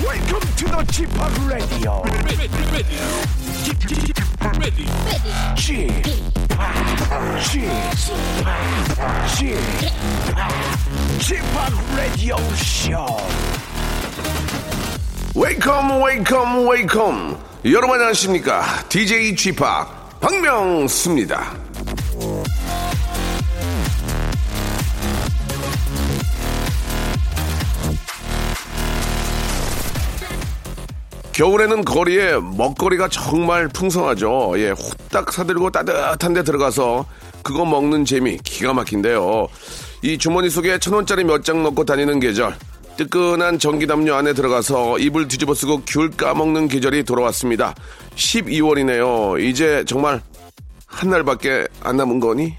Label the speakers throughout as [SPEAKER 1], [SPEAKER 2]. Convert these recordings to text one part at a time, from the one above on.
[SPEAKER 1] Welcome to the g p o p Radio.
[SPEAKER 2] ready, ready, ready, ready.
[SPEAKER 1] g p o p g p o p g p o p Radio Show.
[SPEAKER 3] 웨이컴 웨이컴 웨이컴 여러분 안녕하십니까 DJ g 파 박명수입니다 겨울에는 거리에 먹거리가 정말 풍성하죠. 예, 호딱 사들고 따뜻한 데 들어가서 그거 먹는 재미 기가 막힌데요. 이 주머니 속에 천 원짜리 몇 장 넣고 다니는 계절. 뜨끈한 전기담요 안에 들어가서 입을 뒤집어 쓰고 귤 까먹는 계절이 돌아왔습니다. 12월이네요. 이제 정말 한 날밖에 안 남은 거니?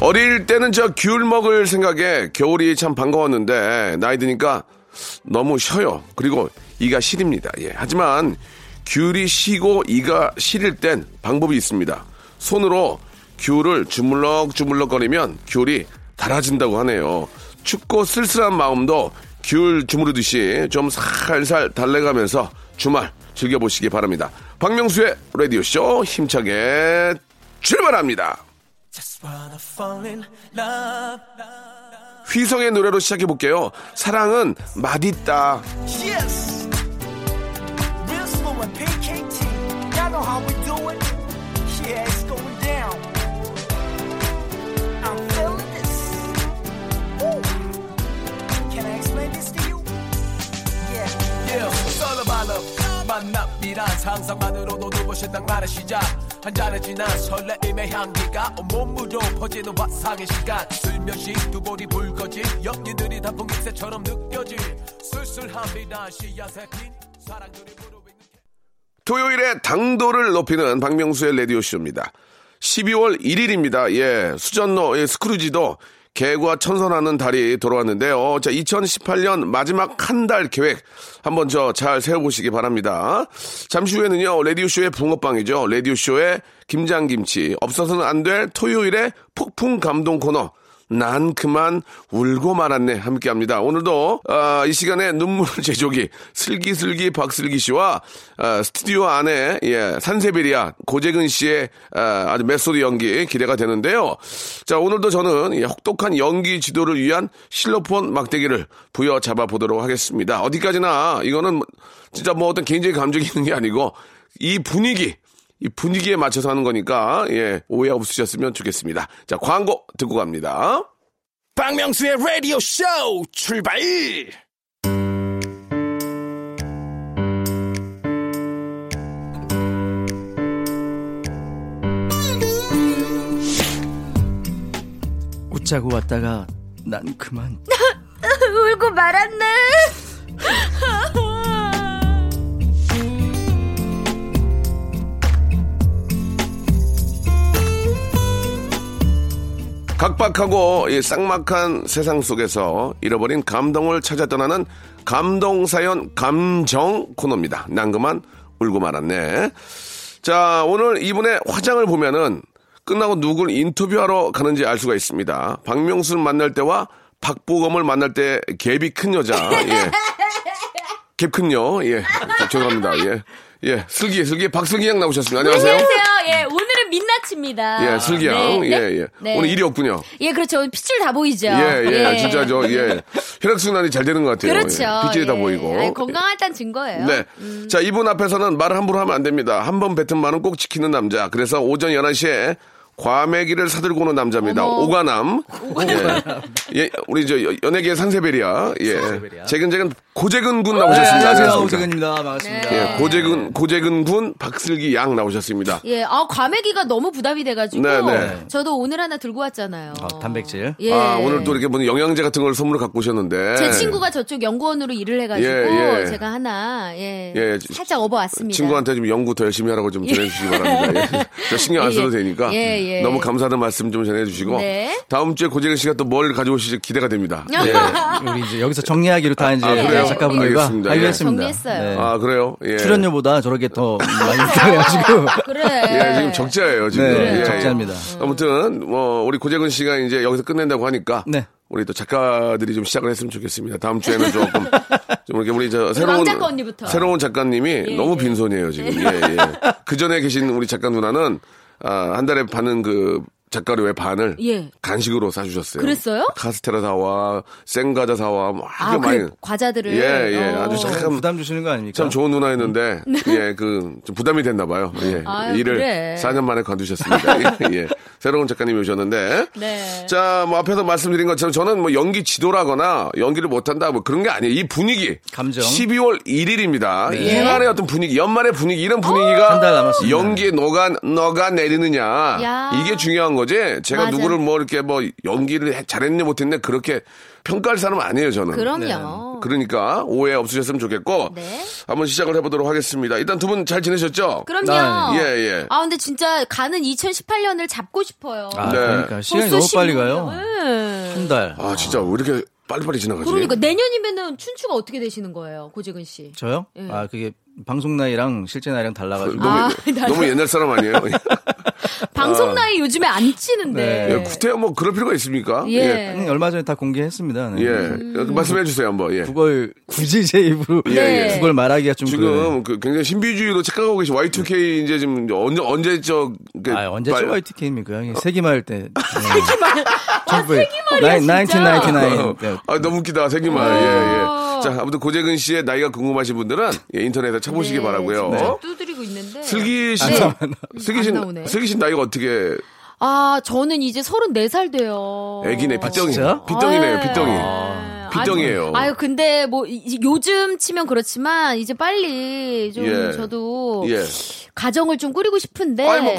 [SPEAKER 3] 어릴 때는 저 귤 먹을 생각에 겨울이 참 반가웠는데 나이 드니까 너무 쉬어요. 그리고 이가 시립니다. 예. 하지만 귤이 시고 이가 시릴 땐 방법이 있습니다. 손으로 귤을 주물럭주물럭거리면 귤이 달아진다고 하네요. 춥고 쓸쓸한 마음도 귤 주무르듯이 좀 살살 달래가면서 주말 즐겨보시기 바랍니다. 박명수의 라디오쇼 힘차게 출발합니다.
[SPEAKER 4] Just wanna fall in love.
[SPEAKER 3] 휘성의 노래로 시작해 볼게요. 사랑은 맛있다.
[SPEAKER 4] Yes! Real slow and PKT. Y'all know how we do it. Yeah, it's going down. I'm feeling this. Woo! Can I explain this to you? Yeah.
[SPEAKER 5] Yeah, 썰어봐 love 만남이란 상상만으로도 눈부신단 나의 시작 한 잔에 진한 설레임의 향기가 온몸으로 퍼지는 화상의 시간 슬며시 두 볼이 붉어진 연기들이 단풍 잎새처럼 느껴질 쓸쓸함이란 씨앗에 핀 사랑들이 무르익는
[SPEAKER 3] 토요일에 당도를 높이는 박명수의 라디오 쇼입니다. 12월 1일입니다. 예, 수전로 예, 스크루지도 개과 천선하는 달이 돌아왔는데요. 자, 2018년 마지막 한 달 계획 한번 저 잘 세워보시기 바랍니다. 잠시 후에는요, 라디오 쇼의 붕어빵이죠. 라디오 쇼의 김장김치 없어서는 안 될 토요일의 폭풍 감동 코너. 난 그만 울고 말았네 함께 합니다. 오늘도 아, 이 시간에 눈물 제조기 슬기슬기 박슬기 씨와 아, 스튜디오 안에 예, 산세베리아 고재근 씨의 아, 주 메소드 연기 기대가 되는데요. 자 오늘도 저는 예, 혹독한 연기 지도를 위한 실로폰 막대기를 부여잡아 보도록 하겠습니다. 어디까지나 이거는 진짜 뭐 어떤 개인적인 감정이 있는 게 아니고 이 분위기 이 분위기에 맞춰서 하는 거니까 예 오해 없으셨으면 좋겠습니다. 자 광고 듣고 갑니다.
[SPEAKER 1] 박명수의 라디오 쇼 출발.
[SPEAKER 6] 웃자고 왔다가 난 그만
[SPEAKER 7] 울고 말았네.
[SPEAKER 3] 각박하고 이 쌍막한 세상 속에서 잃어버린 감동을 찾아 떠나는 감동 사연 감정 코너입니다. 난 그만 울고 말았네. 자, 오늘 이분의 화장을 보면은 끝나고 누굴 인터뷰하러 가는지 알 수가 있습니다. 박명수를 만날 때와 박보검을 만날 때 갭이 큰 여자. 예. 갭 큰요. 예. 자, 죄송합니다. 예. 예. 슬기, 슬기, 박슬기 양 나오셨습니다. 안녕하세요.
[SPEAKER 7] 안녕하세요. 예, 오늘은 민낯입니다.
[SPEAKER 3] 예, 슬기 양.
[SPEAKER 7] 네,
[SPEAKER 3] 예,
[SPEAKER 7] 네,
[SPEAKER 3] 예.
[SPEAKER 7] 네.
[SPEAKER 3] 오늘 일이 없군요.
[SPEAKER 7] 예, 그렇죠. 오늘 핏줄 다 보이죠.
[SPEAKER 3] 예, 예, 진짜 저, 예. 혈액순환이 잘 되는 것 같아요.
[SPEAKER 7] 그렇죠.
[SPEAKER 3] 예. 빗질이 다
[SPEAKER 7] 예.
[SPEAKER 3] 보이고.
[SPEAKER 7] 아니, 건강하단 증거예요. 음.
[SPEAKER 3] 네. 자, 이분 앞에서는 말을 함부로 하면 안 됩니다. 한 번 뱉은 말은 꼭 지키는 남자. 그래서 오전 11시에 과메기를 사들고 오는 남자입니다.
[SPEAKER 7] 어머.
[SPEAKER 3] 오가남. 예. 예, 우리 저 여- 연예계 산세베리아. 예. 재근재근 고재근 군
[SPEAKER 7] 네,
[SPEAKER 3] 나오셨습니다.
[SPEAKER 6] 안녕하세요
[SPEAKER 3] 안녕하십니까.
[SPEAKER 6] 오재근입니다 반갑습니다
[SPEAKER 3] 예, 고재근, 고재근 군 박슬기 양 나오셨습니다.
[SPEAKER 7] 예, 아, 과메기가 너무 부담이 돼가지고.
[SPEAKER 3] 네, 네.
[SPEAKER 7] 저도 오늘 하나 들고 왔잖아요.
[SPEAKER 6] 어, 단백질
[SPEAKER 7] 예.
[SPEAKER 3] 아, 오늘 또 이렇게 뭐 영양제 같은 걸 선물로 갖고 오셨는데.
[SPEAKER 7] 제 친구가 저쪽 연구원으로 일을 해가지고
[SPEAKER 3] 예, 예.
[SPEAKER 7] 제가 하나 예,
[SPEAKER 3] 예,
[SPEAKER 7] 살짝 업어왔습니다.
[SPEAKER 3] 친구한테 좀 연구 더 열심히 하라고 좀 전해주시기 바랍니다. 예. 저 신경 안 써도
[SPEAKER 7] 예, 예.
[SPEAKER 3] 되니까.
[SPEAKER 7] 예, 예.
[SPEAKER 3] 너무 감사하다는 말씀 좀 전해주시고
[SPEAKER 7] 네.
[SPEAKER 3] 다음 주에 고재근 씨가 또 뭘 가져오실지 기대가 됩니다. 예.
[SPEAKER 6] 우리 이제 여기서 정리하기로 다 이제
[SPEAKER 3] 아,
[SPEAKER 7] 그래요?
[SPEAKER 6] 작가분들과
[SPEAKER 3] 알겠습니다. 예.
[SPEAKER 6] 알겠습니다.
[SPEAKER 7] 정리했어요.
[SPEAKER 3] 아 그래요? 예.
[SPEAKER 6] 출연료보다 저렇게 더 많이 들어가지고
[SPEAKER 7] 아, 그래.
[SPEAKER 3] 예, 지금 적자예요 지금.
[SPEAKER 6] 네,
[SPEAKER 3] 예, 예.
[SPEAKER 6] 적자입니다.
[SPEAKER 3] 아무튼 뭐 우리 고재근 씨가 이제 여기서 끝낸다고 하니까
[SPEAKER 6] 네.
[SPEAKER 3] 우리 또 작가들이 좀 시작을 했으면 좋겠습니다. 다음 주에는 조금 좀 이렇게 우리 저 새로운
[SPEAKER 7] 왕 작가 언니부터.
[SPEAKER 3] 새로운 작가님이
[SPEAKER 7] 예,
[SPEAKER 3] 너무
[SPEAKER 7] 예.
[SPEAKER 3] 빈손이에요 지금. 예, 예. 그 전에 계신 우리 작가 누나는 아, 한 달에 받는 그 작가료의 반을
[SPEAKER 7] 예.
[SPEAKER 3] 간식으로 사주셨어요.
[SPEAKER 7] 그랬어요?
[SPEAKER 3] 카스테라 사와 생과자 사와 뭐
[SPEAKER 7] 아,
[SPEAKER 3] 하게 많이.
[SPEAKER 7] 그 과자들을.
[SPEAKER 3] 예, 예.
[SPEAKER 7] 어.
[SPEAKER 3] 아주
[SPEAKER 6] 참
[SPEAKER 3] 참
[SPEAKER 6] 부담 주시는 거
[SPEAKER 7] 그러니까.
[SPEAKER 6] 아닙니까?
[SPEAKER 3] 참 좋은 누나였는데 예그 부담이 됐나 봐요. 예.
[SPEAKER 7] 네. 아유,
[SPEAKER 3] 일을
[SPEAKER 7] 그래.
[SPEAKER 3] 4년 만에 관두셨습니다. 예. 예. 새로운 작가님이 오셨는데
[SPEAKER 7] 네.
[SPEAKER 3] 자, 뭐 앞에서 말씀드린 것처럼 저는 뭐 연기 지도라거나 연기를 못한다 뭐 그런 게 아니에요. 이 분위기.
[SPEAKER 6] 감정.
[SPEAKER 3] 12월 1일입니다.
[SPEAKER 6] 네.
[SPEAKER 3] 연말의 어떤 분위기, 연말의 분위기 이런 분위기가
[SPEAKER 6] 한달 남았습니다.
[SPEAKER 3] 연기에 너가 너가 내리느냐
[SPEAKER 7] 야.
[SPEAKER 3] 이게 중요한 거지. 제가
[SPEAKER 7] 맞아요.
[SPEAKER 3] 누구를 뭐 이렇게 뭐 연기를 해- 잘했냐 못했냐 그렇게 평가할 사람 은 아니에요 저는.
[SPEAKER 7] 그럼요.
[SPEAKER 6] 네.
[SPEAKER 3] 그러니까 오해 없으셨으면 좋겠고
[SPEAKER 7] 네.
[SPEAKER 3] 한번 시작을 해보도록 하겠습니다. 일단 두 분 잘 지내셨죠?
[SPEAKER 7] 그럼요.
[SPEAKER 3] 네. 예, 예.
[SPEAKER 7] 아, 근데 진짜 가는 2018년을 잡고 싶어요.
[SPEAKER 6] 아,
[SPEAKER 3] 네.
[SPEAKER 6] 그러니까 시간이
[SPEAKER 7] 벌써
[SPEAKER 6] 너무 빨리
[SPEAKER 7] 12월.
[SPEAKER 6] 가요.
[SPEAKER 7] 예.
[SPEAKER 6] 한 달.
[SPEAKER 3] 아 진짜 왜 이렇게 빨리빨리 지나가지?
[SPEAKER 7] 그러니까 내년이면은 춘추가 어떻게 되시는 거예요, 고재근 씨?
[SPEAKER 6] 저요?
[SPEAKER 7] 예.
[SPEAKER 6] 아 그게 방송 나이랑 실제 나이랑 달라가지고
[SPEAKER 3] 너무,
[SPEAKER 7] 아, 나-
[SPEAKER 3] 너무 옛날 사람 아니에요?
[SPEAKER 7] 방송 나이 요즘에 안 치는데.
[SPEAKER 6] 아. 네.
[SPEAKER 3] 예, 구태여 뭐 그럴 필요가 있습니까?
[SPEAKER 7] 예. 음.
[SPEAKER 6] 음, 얼마 전에 다 공개했습니다. 네.
[SPEAKER 3] 예. 예. 말씀해 주세요 한번. 예.
[SPEAKER 6] 그걸 굳이 제 입으로
[SPEAKER 7] 예, 예.
[SPEAKER 6] 그걸 말하기가 좀 그래요.
[SPEAKER 3] 지금 그 굉장히 신비주의로 착각하고 계신 Y2K 이제 지금 언제 언제 저 그,
[SPEAKER 6] 아 언제
[SPEAKER 3] 빨-
[SPEAKER 6] 저 YTK입니까? 세기말 때.
[SPEAKER 7] 진짜.
[SPEAKER 6] 세기말. 세기말이야 1999. 때.
[SPEAKER 3] 아, 너무 웃기다, 생기말.
[SPEAKER 7] 어.
[SPEAKER 3] 예, 예. 자, 아무튼 고재근 씨의 나이가 궁금하신 분들은 예, 인터넷에 쳐보시기 바라고요
[SPEAKER 7] 네,
[SPEAKER 6] 네.
[SPEAKER 7] 지금 네. 두드리고 있는데.
[SPEAKER 3] 슬기 씨,
[SPEAKER 7] 네.
[SPEAKER 3] 슬기 씨,
[SPEAKER 7] 안 나오네.
[SPEAKER 3] 슬기 씨 나이가 어떻게
[SPEAKER 7] 아, 저는 이제 34살 돼요.
[SPEAKER 3] 애기네,
[SPEAKER 6] 진짜?
[SPEAKER 3] 빗덩이요. 빗덩이네요,
[SPEAKER 7] 예.
[SPEAKER 3] 빗덩이.
[SPEAKER 7] 예.
[SPEAKER 3] 빗덩이에요.
[SPEAKER 7] 아유, 아유, 근데 뭐 이- 이- 요즘 치면 그렇지만 이제 빨리 좀
[SPEAKER 3] 예.
[SPEAKER 7] 저도
[SPEAKER 3] 예.
[SPEAKER 7] 가정을 좀 꾸리고 싶은데
[SPEAKER 3] 아니, 뭐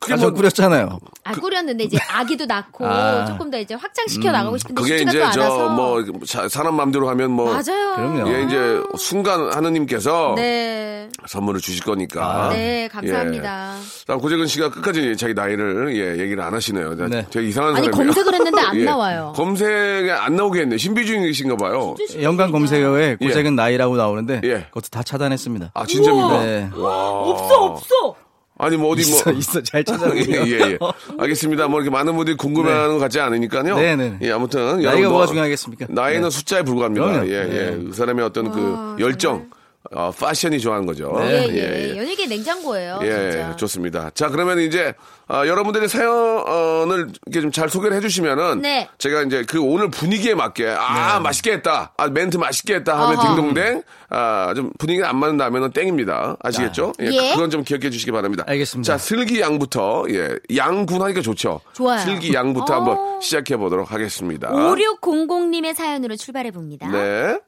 [SPEAKER 3] 그게
[SPEAKER 6] 가정
[SPEAKER 3] 뭐
[SPEAKER 6] 꾸렸잖아요.
[SPEAKER 7] 아,
[SPEAKER 3] 그
[SPEAKER 7] 꾸렸는데 이제 아기도 낳고
[SPEAKER 6] 아.
[SPEAKER 7] 조금 더 이제 확장시켜 나가고 싶은데
[SPEAKER 3] 음, 그게
[SPEAKER 7] 쉽지가
[SPEAKER 3] 이제
[SPEAKER 7] 또 않아서.
[SPEAKER 3] 저 뭐 사람 마음대로 하면 뭐
[SPEAKER 7] 맞아요.
[SPEAKER 6] 그럼요.
[SPEAKER 3] 예, 이제 순간 하느님께서
[SPEAKER 7] 네.
[SPEAKER 3] 선물을 주실 거니까.
[SPEAKER 7] 네, 감사합니다.
[SPEAKER 3] 예. 다음 고재근 씨가 끝까지 자기 나이를 예, 얘기를 안 하시네요.
[SPEAKER 6] 네.
[SPEAKER 3] 되게 이상한
[SPEAKER 7] 아니,
[SPEAKER 3] 사람이에요.
[SPEAKER 7] 검색을 했는데
[SPEAKER 3] 예.
[SPEAKER 7] 안 나와요.
[SPEAKER 3] 검색에 안 나오겠네. 신비주의이신가 봐요.
[SPEAKER 6] 예, 연관 검색어에 고색은 나이라고 나오는데
[SPEAKER 3] 예.
[SPEAKER 6] 그것도 다 차단했습니다.
[SPEAKER 3] 아 진짜입니까?
[SPEAKER 6] 네.
[SPEAKER 7] 없어, 없어.
[SPEAKER 3] 아니 뭐 어디 뭐
[SPEAKER 6] 있어 있어 잘 찾아보세요.
[SPEAKER 3] 예예 예, 예. 알겠습니다. 뭐 이렇게 많은 분들이 궁금해하는 것 같지 않으니까요.
[SPEAKER 6] 네, 네.
[SPEAKER 3] 예 아무튼
[SPEAKER 6] 나이가
[SPEAKER 3] 여러분
[SPEAKER 6] 뭐가
[SPEAKER 3] 뭐-
[SPEAKER 6] 중요하겠습니까?
[SPEAKER 3] 나이는
[SPEAKER 6] 네.
[SPEAKER 3] 숫자에 불과합니다.
[SPEAKER 6] 그럼요.
[SPEAKER 3] 예예
[SPEAKER 6] 네.
[SPEAKER 3] 그 사람의 어떤 그 열정, 어, 패션이 좋아하는 거죠.
[SPEAKER 6] 네,
[SPEAKER 7] 예,
[SPEAKER 3] 예,
[SPEAKER 7] 예.
[SPEAKER 3] 예.
[SPEAKER 7] 연예계 냉장고예요.
[SPEAKER 3] 예,
[SPEAKER 7] 어, 진짜.
[SPEAKER 3] 좋습니다. 자, 그러면 이제 아, 여러분들의 사연을 이렇게 좀 잘 소개를 해주시면은
[SPEAKER 7] 네.
[SPEAKER 3] 제가 이제 그 오늘 분위기에 맞게 아
[SPEAKER 6] 네.
[SPEAKER 3] 맛있게 했다, 아 멘트 맛있게 했다 하면
[SPEAKER 7] 어허.
[SPEAKER 3] 딩동댕, 아좀 분위기 안 맞는다면은 땡입니다. 아시겠죠? 예,
[SPEAKER 7] 예.
[SPEAKER 3] 그건 좀 기억해 주시기 바랍니다.
[SPEAKER 6] 알겠습니다.
[SPEAKER 3] 자, 슬기 양부터 예, 양군 하니까 좋죠.
[SPEAKER 7] 좋아요.
[SPEAKER 3] 슬기 양부터
[SPEAKER 7] 어.
[SPEAKER 3] 한번 시작해 보도록 하겠습니다.
[SPEAKER 7] 5600님의 사연으로 출발해 봅니다.
[SPEAKER 3] 네.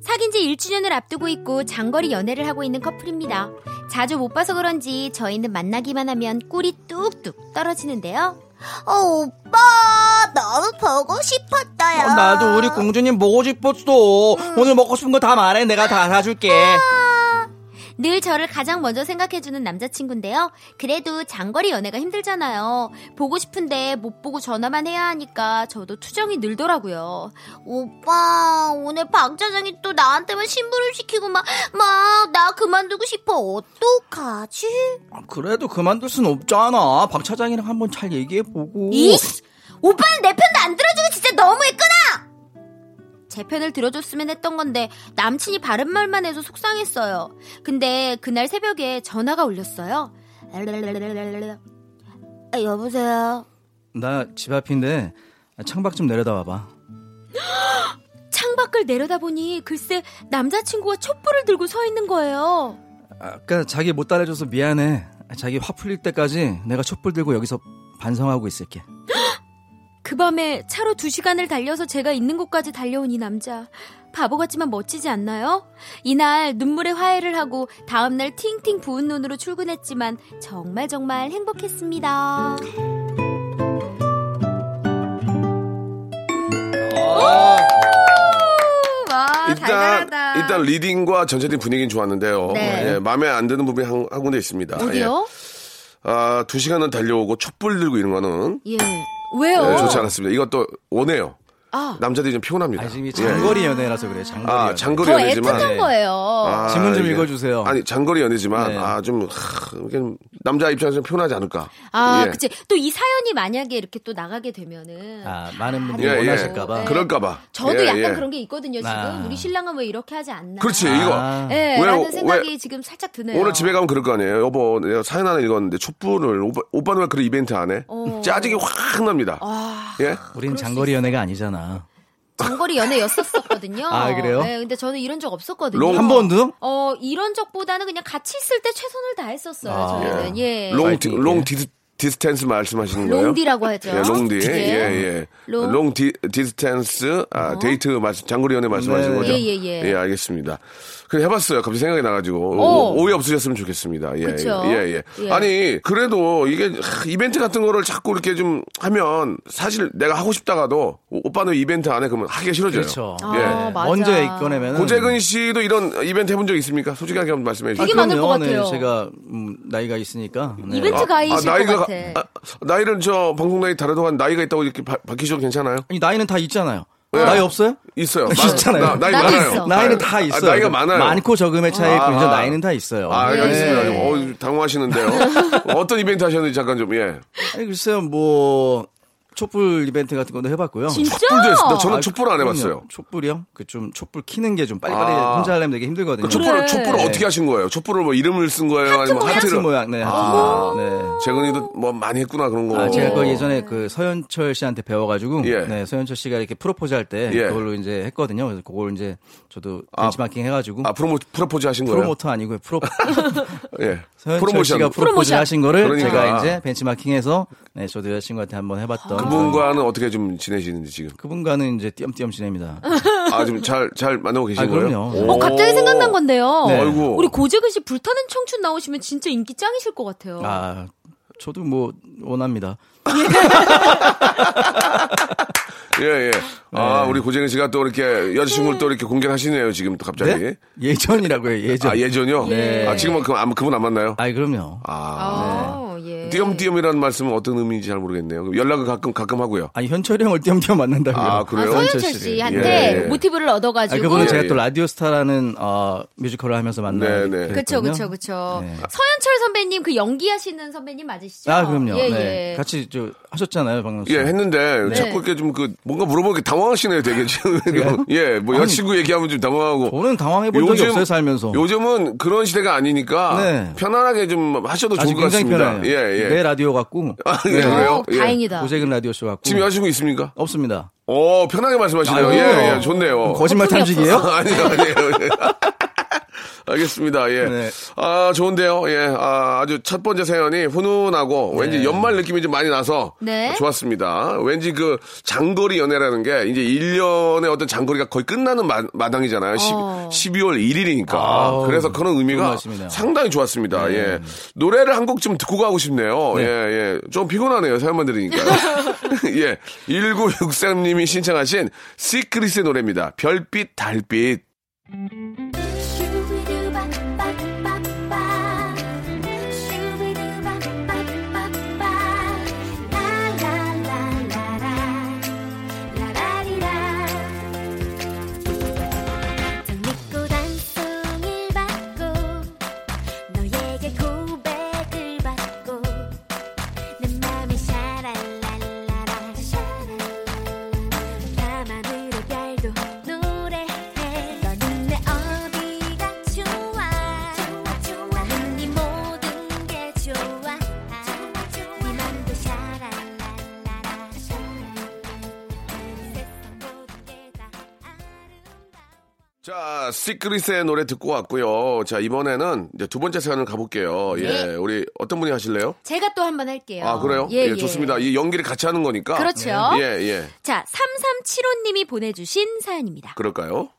[SPEAKER 7] 사귄 지 1주년을 앞두고 있고 장거리 연애를 하고 있는 커플입니다. 자주 못 봐서 그런지 저희는 만나기만 하면 꿀이 뚝뚝 떨어지는데요.
[SPEAKER 8] 어, 오빠, 너무 보고 싶었다요.
[SPEAKER 6] 어, 나도 우리 공주님 보고 싶었어. 오늘 먹고 싶은 거 다 말해. 내가 다 사줄게.
[SPEAKER 7] 늘 저를 가장 먼저 생각해주는 남자친구인데요. 그래도 장거리 연애가 힘들잖아요. 보고 싶은데 못 보고 전화만 해야 하니까 저도 투정이 늘더라고요.
[SPEAKER 8] 오빠, 오늘 박 차장이 또 나한테만 신부름 시키고 막, 막, 나 그만두고 싶어. 어떡하지?
[SPEAKER 6] 아, 그래도 그만둘 순 없잖아. 박 차장이랑 한번 잘 얘기해보고.
[SPEAKER 8] 이씨! 오빠는 내 편도 안 들어주고 진짜 너무했구나!
[SPEAKER 7] 제 편을 들어줬으면 했던 건데 남친이 바른 말만 해서 속상했어요. 근데 그날 새벽에 전화가 울렸어요.
[SPEAKER 8] 아, 여보세요?
[SPEAKER 6] 나 집 앞인데 창밖 좀 내려다 와봐.
[SPEAKER 7] 창밖을 내려다보니 글쎄 남자친구가 촛불을 들고 서 있는 거예요.
[SPEAKER 6] 아까 자기 못 따라줘서 미안해. 자기 화 풀릴 때까지 내가 촛불 들고 여기서 반성하고 있을게.
[SPEAKER 7] 그 밤에 차로 두 시간을 달려서 제가 있는 곳까지 달려온 이 남자. 바보 같지만 멋지지 않나요? 이날 눈물에 화해를 하고 다음날 팅팅 부은 눈으로 출근했지만 정말 정말 행복했습니다.
[SPEAKER 3] 일단
[SPEAKER 7] 아, 달달하다.
[SPEAKER 3] 일단 리딩과 전체적인 분위기는 좋았는데요.
[SPEAKER 7] 네.
[SPEAKER 3] 예, 마음에 안 드는 부분이 한, 한 군데 있습니다.
[SPEAKER 7] 어디요?
[SPEAKER 3] 예. 아, 두 시간은 달려오고 촛불 들고 이런 거는
[SPEAKER 7] 예. 왜요?
[SPEAKER 3] 예, 좋지 않았습니다. 이것도 원해요.
[SPEAKER 7] 아.
[SPEAKER 3] 남자들이 좀 피곤합니다.
[SPEAKER 6] 아, 지금 이
[SPEAKER 3] 예.
[SPEAKER 6] 장거리 연애라서 그래요. 장거리
[SPEAKER 3] 아,
[SPEAKER 6] 연애.
[SPEAKER 3] 장거리
[SPEAKER 7] 더
[SPEAKER 3] 연애지만
[SPEAKER 7] 애틋한 거예요.
[SPEAKER 3] 아,
[SPEAKER 6] 어. 질문 좀
[SPEAKER 3] 이게-
[SPEAKER 6] 읽어주세요.
[SPEAKER 3] 아니 장거리 연애지만
[SPEAKER 6] 네.
[SPEAKER 3] 아좀 남자 입장에서 좀 피곤하지 않을까.
[SPEAKER 7] 아,
[SPEAKER 3] 예.
[SPEAKER 7] 그치. 또 이 사연이 만약에 이렇게 또 나가게 되면은.
[SPEAKER 6] 아, 많은 분들이
[SPEAKER 3] 예, 예.
[SPEAKER 6] 원하실까봐.
[SPEAKER 3] 그럴까봐.
[SPEAKER 7] 네. 저도
[SPEAKER 3] 예,
[SPEAKER 7] 약간
[SPEAKER 3] 예.
[SPEAKER 7] 그런 게 있거든요, 지금.
[SPEAKER 6] 아.
[SPEAKER 7] 우리 신랑은 왜 이렇게 하지 않나.
[SPEAKER 3] 그렇지
[SPEAKER 6] 아.
[SPEAKER 3] 이거.
[SPEAKER 7] 예,
[SPEAKER 3] 왜,
[SPEAKER 7] 라는 생각이
[SPEAKER 3] 왜-
[SPEAKER 7] 지금 살짝 드네요.
[SPEAKER 3] 오늘 집에 가면 그럴 거 아니에요. 여보, 내가 사연 하나 읽었는데 촛불을 오빠, 오빠는 왜 그런 이벤트 안 해?
[SPEAKER 7] 어. 아.
[SPEAKER 3] 짜증이 확 납니다. 예?
[SPEAKER 6] 우린 장거리 연애가 아니잖아.
[SPEAKER 7] 장거리 연애였었거든요.
[SPEAKER 6] 아, 그래요?
[SPEAKER 7] 네, 근데 저는 이런 적 없었거든요.
[SPEAKER 3] 롱-
[SPEAKER 6] 한 번도?
[SPEAKER 7] 어, 이런 적보다는 그냥 같이 있을 때 최선을 다했었어요,
[SPEAKER 6] 아.
[SPEAKER 7] 저희는. 예.
[SPEAKER 3] 롱, 디,
[SPEAKER 6] 파이팅.
[SPEAKER 3] 롱 디, 디스텐스 말씀하시는 거예요?
[SPEAKER 7] 롱디라고 하죠.
[SPEAKER 3] 예, 롱디.
[SPEAKER 7] 예.
[SPEAKER 3] 예, 예.
[SPEAKER 7] 롱. 어.
[SPEAKER 3] 롱, 디, 디스텐스, 아, 데이트 말씀, 장거리 연애 말씀하시는
[SPEAKER 6] 네.
[SPEAKER 3] 거죠?
[SPEAKER 7] 예, 예, 예.
[SPEAKER 3] 알겠습니다. 그래, 해봤어요. 갑자기 생각이 나가지고.
[SPEAKER 7] 어.
[SPEAKER 3] 오, 오해 없으셨으면 좋겠습니다. 예,
[SPEAKER 7] 그쵸?
[SPEAKER 3] 예, 예,
[SPEAKER 7] 예.
[SPEAKER 3] 아니, 그래도 이게 하, 이벤트 같은 거를 자꾸 이렇게 좀 하면 사실 내가 하고 싶다가도 오- 오빠는 이벤트 안 해? 그러면 하기가 싫어져요.
[SPEAKER 6] 그렇죠.
[SPEAKER 7] 아,
[SPEAKER 3] 예.
[SPEAKER 7] 맞아.
[SPEAKER 6] 먼저 꺼내면
[SPEAKER 3] 고재근 씨도 이런 이벤트 해본 적 있습니까? 솔직하게 한번 말씀해 주세요.
[SPEAKER 7] 되게 많을 것 같아요.
[SPEAKER 6] 네, 제가 음, 나이가 있으니까. 네.
[SPEAKER 7] 이벤트 가이실 것
[SPEAKER 3] 아, 나이가
[SPEAKER 7] 같아.
[SPEAKER 3] 아, 나이를 저 방송 나이 다르다고 한 나이가 있다고 이렇게 바, 바뀌셔도 괜찮아요?
[SPEAKER 6] 아니, 나이는 다 있잖아요.
[SPEAKER 3] 예.
[SPEAKER 6] 나이 없어요?
[SPEAKER 3] 있어요. 마-
[SPEAKER 6] 있잖아요.
[SPEAKER 3] 나, 나이
[SPEAKER 7] 나도
[SPEAKER 3] 많아요.
[SPEAKER 7] 있어.
[SPEAKER 6] 나이는
[SPEAKER 3] 아,
[SPEAKER 6] 다
[SPEAKER 3] 아,
[SPEAKER 6] 있어요.
[SPEAKER 3] 나이가 많아요.
[SPEAKER 6] 많고 적음의 차이 있고, 이제
[SPEAKER 3] 아.
[SPEAKER 6] 나이는 다 있어요.
[SPEAKER 3] 아,
[SPEAKER 6] 네.
[SPEAKER 3] 알겠습니다. 어, 당황하시는데요. 어떤 이벤트 하셨는지 잠깐 좀 예.
[SPEAKER 7] 네.
[SPEAKER 6] 아니, 글쎄요, 뭐, 촛불 이벤트 같은 것도 해봤고요.
[SPEAKER 7] 진짜?
[SPEAKER 3] 촛불도 했어요. 저는
[SPEAKER 6] 아,
[SPEAKER 3] 촛불 안
[SPEAKER 6] 그럼요.
[SPEAKER 3] 해봤어요.
[SPEAKER 6] 촛불이요? 그 좀 촛불 키는 게 좀 빨리빨리
[SPEAKER 3] 아.
[SPEAKER 6] 혼자 하려면 되게 힘들거든요.
[SPEAKER 3] 촛불을
[SPEAKER 7] 그래.
[SPEAKER 3] 촛불을 어떻게 하신 거예요? 촛불을 뭐 이름을 쓴 거예요? 아니면
[SPEAKER 6] 하트
[SPEAKER 3] 하트를?
[SPEAKER 6] 모양, 네. 하트
[SPEAKER 3] 아.
[SPEAKER 6] 모양. 네.
[SPEAKER 3] 재근이도 뭐 많이 했구나 그런 거.
[SPEAKER 6] 아, 제가 그 예전에 그 서현철 씨한테 배워가지고,
[SPEAKER 3] 예.
[SPEAKER 6] 네, 서현철 씨가 이렇게 프로포즈 할 때
[SPEAKER 3] 예.
[SPEAKER 6] 그걸로 이제 했거든요. 그래서 그걸 이제 저도 벤치마킹 해가지고
[SPEAKER 3] 아 프로모 프로포즈 하신 거예요?
[SPEAKER 6] 프로모터 아니고요. 프로
[SPEAKER 3] 예.
[SPEAKER 6] 서현철
[SPEAKER 3] 프로모션.
[SPEAKER 6] 씨가 프로포즈
[SPEAKER 7] 프로모션.
[SPEAKER 6] 하신 거를
[SPEAKER 3] 그러니까.
[SPEAKER 6] 제가 이제 벤치마킹해서 네, 저도 여자친구한테 한번 해봤던
[SPEAKER 3] 아. 그분과는 어떻게 좀 지내시는지 지금?
[SPEAKER 6] 그분과는 이제 띄엄띄엄 지냅니다.
[SPEAKER 3] 아 지금 잘잘 만나고 계신
[SPEAKER 6] 아,
[SPEAKER 3] 거예요?
[SPEAKER 6] 그럼요.
[SPEAKER 3] 오.
[SPEAKER 7] 어, 갑자기 생각난 건데요.
[SPEAKER 6] 네.
[SPEAKER 3] 아이고.
[SPEAKER 7] 우리 고재근 씨 불타는 청춘 나오시면 진짜 인기 짱이실 것 같아요.
[SPEAKER 6] 아 저도 뭐 원합니다.
[SPEAKER 3] 예, 예. 아,
[SPEAKER 6] 네.
[SPEAKER 3] 우리 고재근 씨가 또 이렇게
[SPEAKER 7] 네.
[SPEAKER 3] 여자친구를 또 이렇게 공개하시네요, 지금 또 갑자기.
[SPEAKER 6] 네? 예전이라고요. 예전.
[SPEAKER 3] 아, 예전이요?
[SPEAKER 7] 네.
[SPEAKER 3] 아, 지금은 그, 아마 그분 안 만나요?
[SPEAKER 6] 아니, 그럼요.
[SPEAKER 3] 아.
[SPEAKER 7] 아,
[SPEAKER 6] 네.
[SPEAKER 7] 예.
[SPEAKER 3] 띄엄띄엄이라는 말씀은 어떤 의미인지 잘 모르겠네요. 그럼 연락은 가끔, 가끔 하고요.
[SPEAKER 6] 아니 현철이 형을 띄엄띄엄 만난다고요.
[SPEAKER 3] 아,
[SPEAKER 7] 아,
[SPEAKER 3] 그래요?
[SPEAKER 7] 서현철 씨한테
[SPEAKER 3] 예, 예.
[SPEAKER 7] 모티브를
[SPEAKER 6] 아니,
[SPEAKER 7] 얻어가지고.
[SPEAKER 6] 그분은
[SPEAKER 3] 예,
[SPEAKER 6] 제가
[SPEAKER 3] 예.
[SPEAKER 6] 또 라디오스타라는 어, 뮤지컬을 하면서 만나요.
[SPEAKER 3] 네, 네.
[SPEAKER 7] 그쵸, 그쵸, 그쵸. 서현철 선배님 그 연기하시는 선배님 맞으시죠?
[SPEAKER 6] 아, 그럼요.
[SPEAKER 7] 예,
[SPEAKER 6] 네.
[SPEAKER 7] 예.
[SPEAKER 6] 같이 저 하셨잖아요, 방금.
[SPEAKER 3] 예, 했는데
[SPEAKER 6] 네.
[SPEAKER 3] 자꾸 이렇게 좀 그 뭔가 물어보기 당황하시네요, 되게 지금. 예, 뭐 여자친구 얘기하면 좀 당황하고.
[SPEAKER 6] 아, 저는 당황해 본 적이 없어요, 살면서.
[SPEAKER 3] 요즘은 그런 시대가 아니니까
[SPEAKER 6] 네.
[SPEAKER 3] 편안하게 좀 하셔도
[SPEAKER 6] 아주
[SPEAKER 3] 좋을 것
[SPEAKER 6] 굉장히
[SPEAKER 3] 같습니다.
[SPEAKER 6] 편해요. 네.
[SPEAKER 3] 예, 예.
[SPEAKER 6] 내 라디오 같고
[SPEAKER 3] 아, 예, 그래요?
[SPEAKER 7] 어,
[SPEAKER 3] 예.
[SPEAKER 7] 다행이다.
[SPEAKER 6] 고재근 라디오 쇼 같고
[SPEAKER 3] 지금 여자친구 있습니까?
[SPEAKER 6] 없습니다.
[SPEAKER 3] 오, 편하게 말씀하시네요.
[SPEAKER 6] 아유.
[SPEAKER 3] 예, 예, 좋네요.
[SPEAKER 6] 거짓말
[SPEAKER 7] 거품이
[SPEAKER 6] 탐지기예요?
[SPEAKER 3] 아니요, 아니요. 예. 알겠습니다. 예.
[SPEAKER 6] 네.
[SPEAKER 3] 아, 좋은데요. 예. 아, 아주 첫 번째 사연이 훈훈하고 왠지 연말 느낌이 좀 많이 나서
[SPEAKER 7] 네.
[SPEAKER 3] 좋았습니다. 왠지 그 장거리 연애라는 게 이제 1년의 어떤 장거리가 거의 끝나는 마, 당이잖아요
[SPEAKER 7] 어.
[SPEAKER 3] 12월 1일이니까.
[SPEAKER 6] 아우,
[SPEAKER 3] 그래서 그런
[SPEAKER 6] 좋은
[SPEAKER 3] 의미가
[SPEAKER 6] 말씀이네요. 네.
[SPEAKER 3] 상당히 좋았습니다. 예. 노래를 한 곡 좀 듣고 가고 싶네요. 예, 예. 좀 피곤하네요. 사연만 들으니까요. 예. 1963님이 신청하신 시크릿의 노래입니다. 별빛, 달빛.
[SPEAKER 9] 밤하늘의 별도 노래해 너는 내 어디가 좋아 좋아 좋네 모든 게 좋아 네 맘도 샤랄랄라라 세상 모든 게 다 아. 아름다워
[SPEAKER 3] 자, 시크릿의 노래 듣고 왔고요. 자, 이번에는 이제 두 번째 사연을 가볼게요. 예,
[SPEAKER 7] 네.
[SPEAKER 3] 우리 어떤 분이 하실래요?
[SPEAKER 7] 제가 또 한 번 할게요.
[SPEAKER 3] 아, 그래요?
[SPEAKER 7] 예, 예.
[SPEAKER 3] 좋습니다. 이 연기를 같이 하는 거니까.
[SPEAKER 7] 그렇죠.
[SPEAKER 3] 예, 예.
[SPEAKER 7] 자, 3375님이 보내주신 사연입니다.
[SPEAKER 3] 그럴까요?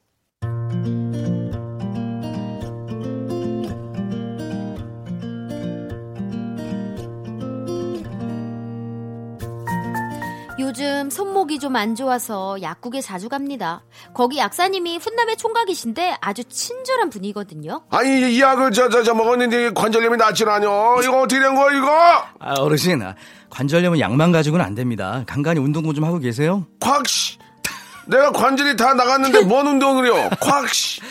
[SPEAKER 7] 요즘 요즘 손목이 좀 안 좋아서 약국에 자주 갑니다. 거기 약사님이 훈남의 총각이신데 아주 친절한 분이거든요.
[SPEAKER 3] 아니 이 약을 저 저 저 먹었는데 관절염이 낫지라뇨. 이거 어떻게 된 거야 이거?
[SPEAKER 6] 아, 어르신, 아, 관절염은 약만 가지고는 안 됩니다. 간간히 운동 좀 하고 계세요?
[SPEAKER 3] 콱씨. 내가 관절이 다 나갔는데 뭔 운동을 해요? 콱씨.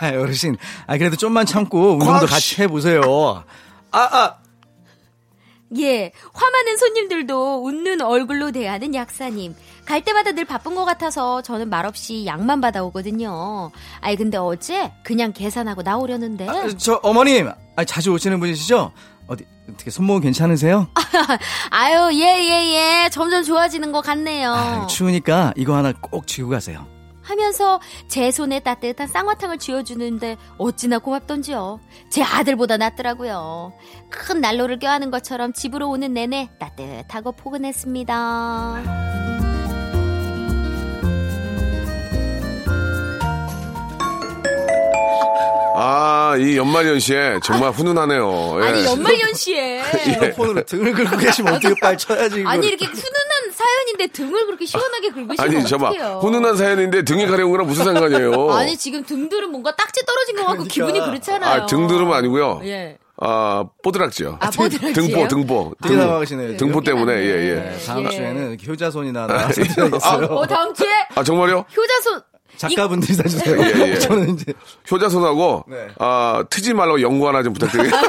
[SPEAKER 6] 아, 어르신, 아, 그래도 좀만 참고 운동도
[SPEAKER 3] 과학씨.
[SPEAKER 6] 같이 해보세요. 아, 아,
[SPEAKER 7] 예, 화많은 손님들도 웃는 얼굴로 대하는 약사님. 갈 때마다 늘 바쁜 것 같아서 저는 말없이 약만 받아오거든요. 아이 근데 어제 그냥 계산하고 나오려는데
[SPEAKER 6] 아, 저 어머님, 아, 자주 오시는 분이시죠? 어디, 어떻게 손목은 괜찮으세요?
[SPEAKER 7] 아유 예예예 점점 좋아지는 것 같네요.
[SPEAKER 6] 아, 추우니까 이거 하나 꼭 쥐고 가세요.
[SPEAKER 7] 하면서 제 손에 따뜻한 쌍화탕을 쥐어주는데 어찌나 고맙던지요. 제 아들보다 낫더라고요. 큰 난로를 껴안은 것처럼 집으로 오는 내내 따뜻하고 포근했습니다.
[SPEAKER 3] 아, 이 연말연시에 정말 훈훈하네요. 예.
[SPEAKER 7] 아니 연말연시에
[SPEAKER 6] 폰으로 등을 긁고 계시면 어떻게 빨쳐야지.
[SPEAKER 7] 예. 아니 이렇게 훈훈한 사연인데 등을 그렇게 시원하게 긁으시면
[SPEAKER 3] 아니, 저봐.
[SPEAKER 7] 어떡해요?
[SPEAKER 3] 훈훈한 사연인데 등이 가려운 거랑 무슨 상관이에요?
[SPEAKER 7] 아니 지금 등들은 뭔가 딱지 떨어진 것 같고
[SPEAKER 6] 그러니까.
[SPEAKER 7] 기분이 그렇잖아요.
[SPEAKER 3] 아, 등들은 아니고요.
[SPEAKER 7] 예.
[SPEAKER 3] 아, 뽀드락지요.
[SPEAKER 7] 아, 뽀드락지예요?
[SPEAKER 3] 등포, 등포.
[SPEAKER 6] 되게 당황하시네요.
[SPEAKER 3] 등포 때문에, 예,
[SPEAKER 6] 네,
[SPEAKER 3] 예.
[SPEAKER 6] 다음
[SPEAKER 7] 예.
[SPEAKER 6] 주에는 이렇게 효자손이나 나와서 드려야겠어요.
[SPEAKER 7] 어 다음 주에
[SPEAKER 3] 아, 정말요?
[SPEAKER 7] 효자손
[SPEAKER 6] 작가분들이 사주세요.
[SPEAKER 3] 예, 예.
[SPEAKER 6] 저는 이제
[SPEAKER 3] 효자손하고,
[SPEAKER 6] 네.
[SPEAKER 3] 아, 트지 말라고 연구 하나 좀
[SPEAKER 7] 아,
[SPEAKER 3] 부탁드립니다.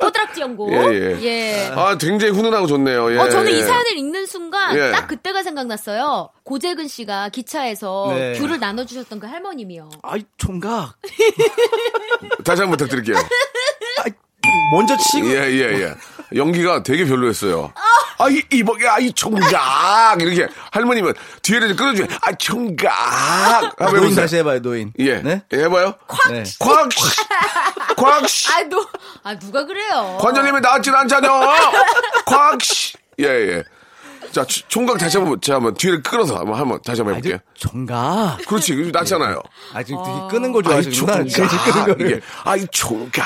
[SPEAKER 7] 포드락지 연구.
[SPEAKER 3] 예, 예.
[SPEAKER 7] 예.
[SPEAKER 3] 아, 굉장히 훈훈하고 좋네요. 예.
[SPEAKER 7] 어, 저는
[SPEAKER 3] 예.
[SPEAKER 7] 이 사연을 읽는 순간
[SPEAKER 3] 예.
[SPEAKER 7] 딱 그때가 생각났어요. 고재근 씨가 기차에서
[SPEAKER 6] 네.
[SPEAKER 7] 귤을 나눠주셨던 그 할머님이요.
[SPEAKER 6] 아이 총각
[SPEAKER 3] 다시 한 번 부탁드릴게요.
[SPEAKER 6] 아이, 먼저 치고
[SPEAKER 3] 예, 예, 예. 연기가 되게 별로였어요. 아, 이, 이, 뭐, 야, 이 총각! 이렇게 할머님은 뒤에를 좀 끌어주면, 아, 총각! 아,
[SPEAKER 6] 노인 다시 해봐요 노인.
[SPEAKER 3] 예.
[SPEAKER 6] 네.
[SPEAKER 3] 예, 해봐요.
[SPEAKER 6] 네.
[SPEAKER 3] 콱! 콱!
[SPEAKER 7] 아, 너, 아, 누가 그래요?
[SPEAKER 3] 관절님이 나왔진 않잖여! 콱! 예, 예. 자, 주- 총각 다시 한 번, 자, 한번 뒤를 끌어서 한번, 한번 다시 한번 해볼게요.
[SPEAKER 6] 아주 총각.
[SPEAKER 3] 그렇지, 이거 낫잖아요.
[SPEAKER 6] 아 지금 되게 끄는 거 좋아하시구나.
[SPEAKER 3] 총각. 아.
[SPEAKER 6] 되게 끄는 거를.
[SPEAKER 3] 이게, 아이, 총각.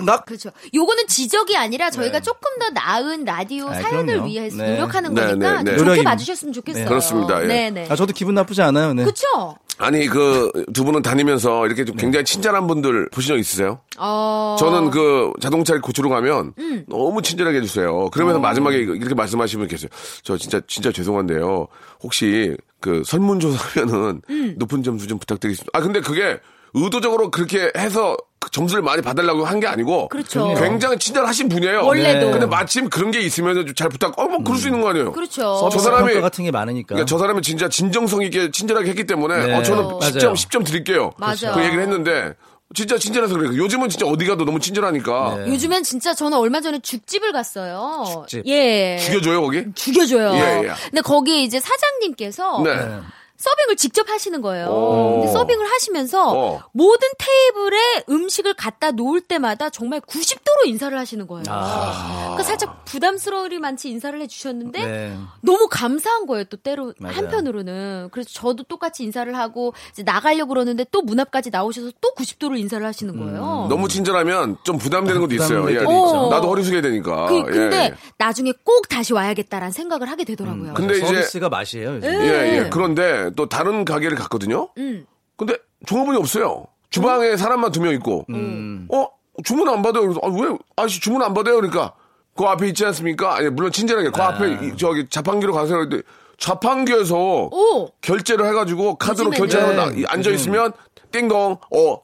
[SPEAKER 6] 총각.
[SPEAKER 7] 그렇죠. 요거는 지적이 아니라 저희가 조금 더 나은 라디오
[SPEAKER 6] 네. 아,
[SPEAKER 7] 사연을
[SPEAKER 6] 그럼요.
[SPEAKER 7] 위해서
[SPEAKER 6] 네.
[SPEAKER 7] 노력하는
[SPEAKER 3] 네,
[SPEAKER 7] 거니까
[SPEAKER 3] 네, 네.
[SPEAKER 7] 좋게
[SPEAKER 6] 노력이-
[SPEAKER 7] 봐주셨으면 좋겠어요.
[SPEAKER 3] 네. 그렇습니다. 예.
[SPEAKER 7] 네, 네.
[SPEAKER 6] 아 저도 기분 나쁘지 않아요. 네.
[SPEAKER 7] 그렇죠.
[SPEAKER 3] 아니, 그, 두 분은 다니면서 이렇게 좀 굉장히 친절한 분들 보신 적 있으세요?
[SPEAKER 7] 네. 어. 음.
[SPEAKER 3] 저는 그 자동차를 고치러 가면 너무 친절하게 해주세요.
[SPEAKER 7] 어.
[SPEAKER 3] 그러면서 마지막에 이렇게 말씀하시면 계세요. 저 진짜 진짜 죄송한데요. 혹시 그 설문조사면은
[SPEAKER 7] 음.
[SPEAKER 3] 높은 점수 좀 부탁드리겠습니다. 아 근데 그게 의도적으로 그렇게 해서 그 점수를 많이 받으려고 한 게 아니고
[SPEAKER 7] 그렇죠.
[SPEAKER 3] 굉장히 친절하신 분이에요.
[SPEAKER 7] 원래도. 음.
[SPEAKER 3] 근데 마침 그런 게 있으면 잘 부탁. 어뭐 그럴 수 있는 거 아니에요.
[SPEAKER 7] 그렇죠.
[SPEAKER 3] 저
[SPEAKER 6] 서비스
[SPEAKER 3] 사람이-
[SPEAKER 6] 평가 같은 게 많으니까.
[SPEAKER 3] 그러니까 저 사람은 진짜 진정성 있게 친절하게 했기 때문에
[SPEAKER 6] 네.
[SPEAKER 3] 어, 저는
[SPEAKER 6] 맞아요.
[SPEAKER 3] 10점 10점 드릴게요.
[SPEAKER 7] 맞아요.
[SPEAKER 3] 그 얘기를 했는데 진짜 친절해서 그래요. 요즘은 진짜 어디 가도 너무 친절하니까
[SPEAKER 7] 요즘엔 진짜 저는 얼마 전에 죽집을 갔어요.
[SPEAKER 6] 네. 죽집.
[SPEAKER 7] 예.
[SPEAKER 3] 죽여줘요 거기.
[SPEAKER 7] 줘요
[SPEAKER 3] 예, 예.
[SPEAKER 7] 근데 거기에 이제 사장님께서
[SPEAKER 3] 네.
[SPEAKER 7] 서빙을 직접 하시는 거예요.
[SPEAKER 3] 오.
[SPEAKER 7] 근데 서빙을 하시면서
[SPEAKER 3] 어.
[SPEAKER 7] 모든 테이블에 음식을 갖다 놓을 때마다 정말 90도로 인사를 하시는 거예요. 그러니까 살짝 부담스러우리만치 인사를 해주셨는데
[SPEAKER 6] 아. 네.
[SPEAKER 7] 너무 감사한 거예요. 또 때로
[SPEAKER 6] 맞아요.
[SPEAKER 7] 한편으로는 그래서 저도 똑같이 인사를 하고 이제 나가려고 그러는데 또 문 앞까지 나오셔서 또 90도로 인사를 하시는 거예요.
[SPEAKER 3] 음, 너무 친절하면 좀 부담되는 것도 있어요.
[SPEAKER 6] 부담될
[SPEAKER 3] 예.
[SPEAKER 6] 때도
[SPEAKER 7] 있죠.
[SPEAKER 3] 나도 허리 숙여야 되니까.
[SPEAKER 7] 그, 근데
[SPEAKER 3] 예. 음,
[SPEAKER 7] 나중에 꼭 다시 와야겠다라는 생각을 하게 되더라고요.
[SPEAKER 3] 근데 이제-
[SPEAKER 6] 아, 서비스가 맛이에요. 요즘.
[SPEAKER 7] 네.
[SPEAKER 3] 예, 예. 그런데 또 다른 가게를 갔거든요.
[SPEAKER 6] 음.
[SPEAKER 3] 근데 종업원이 없어요. 주방에 사람만 두 명 있고.
[SPEAKER 6] 음.
[SPEAKER 3] 어? 주문 안 받아요. 그래서 아, 왜? 아저씨 주문 안 받아요. 그러니까 그 앞에 있지 않습니까? 아니, 물론 친절하게 그 앞에 이- 저기 자판기로 가세요. 그랬더니 자판기에서
[SPEAKER 7] 오!
[SPEAKER 3] 결제를 해가지고 카드로
[SPEAKER 7] 요즘에는-
[SPEAKER 3] 결제하고
[SPEAKER 6] 네,
[SPEAKER 3] 앉아 있으면 땡동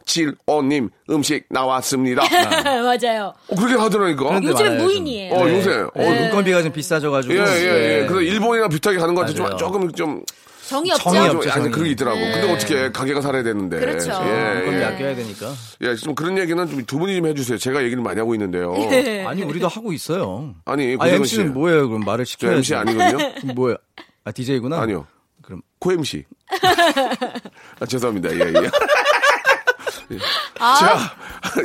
[SPEAKER 3] 575님 음식 나왔습니다. 어,
[SPEAKER 7] 맞아요.
[SPEAKER 3] 그렇게 하더라니까.
[SPEAKER 6] 그런데
[SPEAKER 7] 요즘엔
[SPEAKER 6] 많아요,
[SPEAKER 7] 무인이에요.
[SPEAKER 3] 어,
[SPEAKER 6] 네.
[SPEAKER 3] 요새. 어,
[SPEAKER 6] 네, 물건비가 좀 비싸져가지고.
[SPEAKER 3] 예, 예, 예.
[SPEAKER 6] 네.
[SPEAKER 3] 그래서 일본이랑 비슷하게 가는 것 같아. 좀,
[SPEAKER 6] 맞아요.
[SPEAKER 3] 조금 좀.
[SPEAKER 7] 정이 없죠?
[SPEAKER 6] 정이
[SPEAKER 3] 좀
[SPEAKER 6] 없죠,
[SPEAKER 3] 아니,
[SPEAKER 6] 정이.
[SPEAKER 3] 그게 있더라고. 근데 어떻게 가게가 살아야 되는데.
[SPEAKER 7] 네. 그렇죠.
[SPEAKER 6] 물건비
[SPEAKER 3] 예,
[SPEAKER 6] 아껴야 되니까.
[SPEAKER 3] 예. 예, 좀 그런 얘기는 좀 두 분이 좀 해주세요. 제가 얘기를 많이 하고 있는데요.
[SPEAKER 7] 예.
[SPEAKER 6] 아니 우리도 하고 있어요.
[SPEAKER 3] 아니,
[SPEAKER 6] 아,
[SPEAKER 3] 고생은
[SPEAKER 6] MC는
[SPEAKER 3] 씨.
[SPEAKER 6] 뭐예요? 그럼 말을
[SPEAKER 3] 저
[SPEAKER 6] 시켜야지.
[SPEAKER 3] MC 아니거든요.
[SPEAKER 6] 뭐야? 아 DJ구나.
[SPEAKER 3] 아니요.
[SPEAKER 6] 그럼
[SPEAKER 3] 코 MC. 아, 죄송합니다. 예, 예. 예.
[SPEAKER 7] 아.
[SPEAKER 3] 자,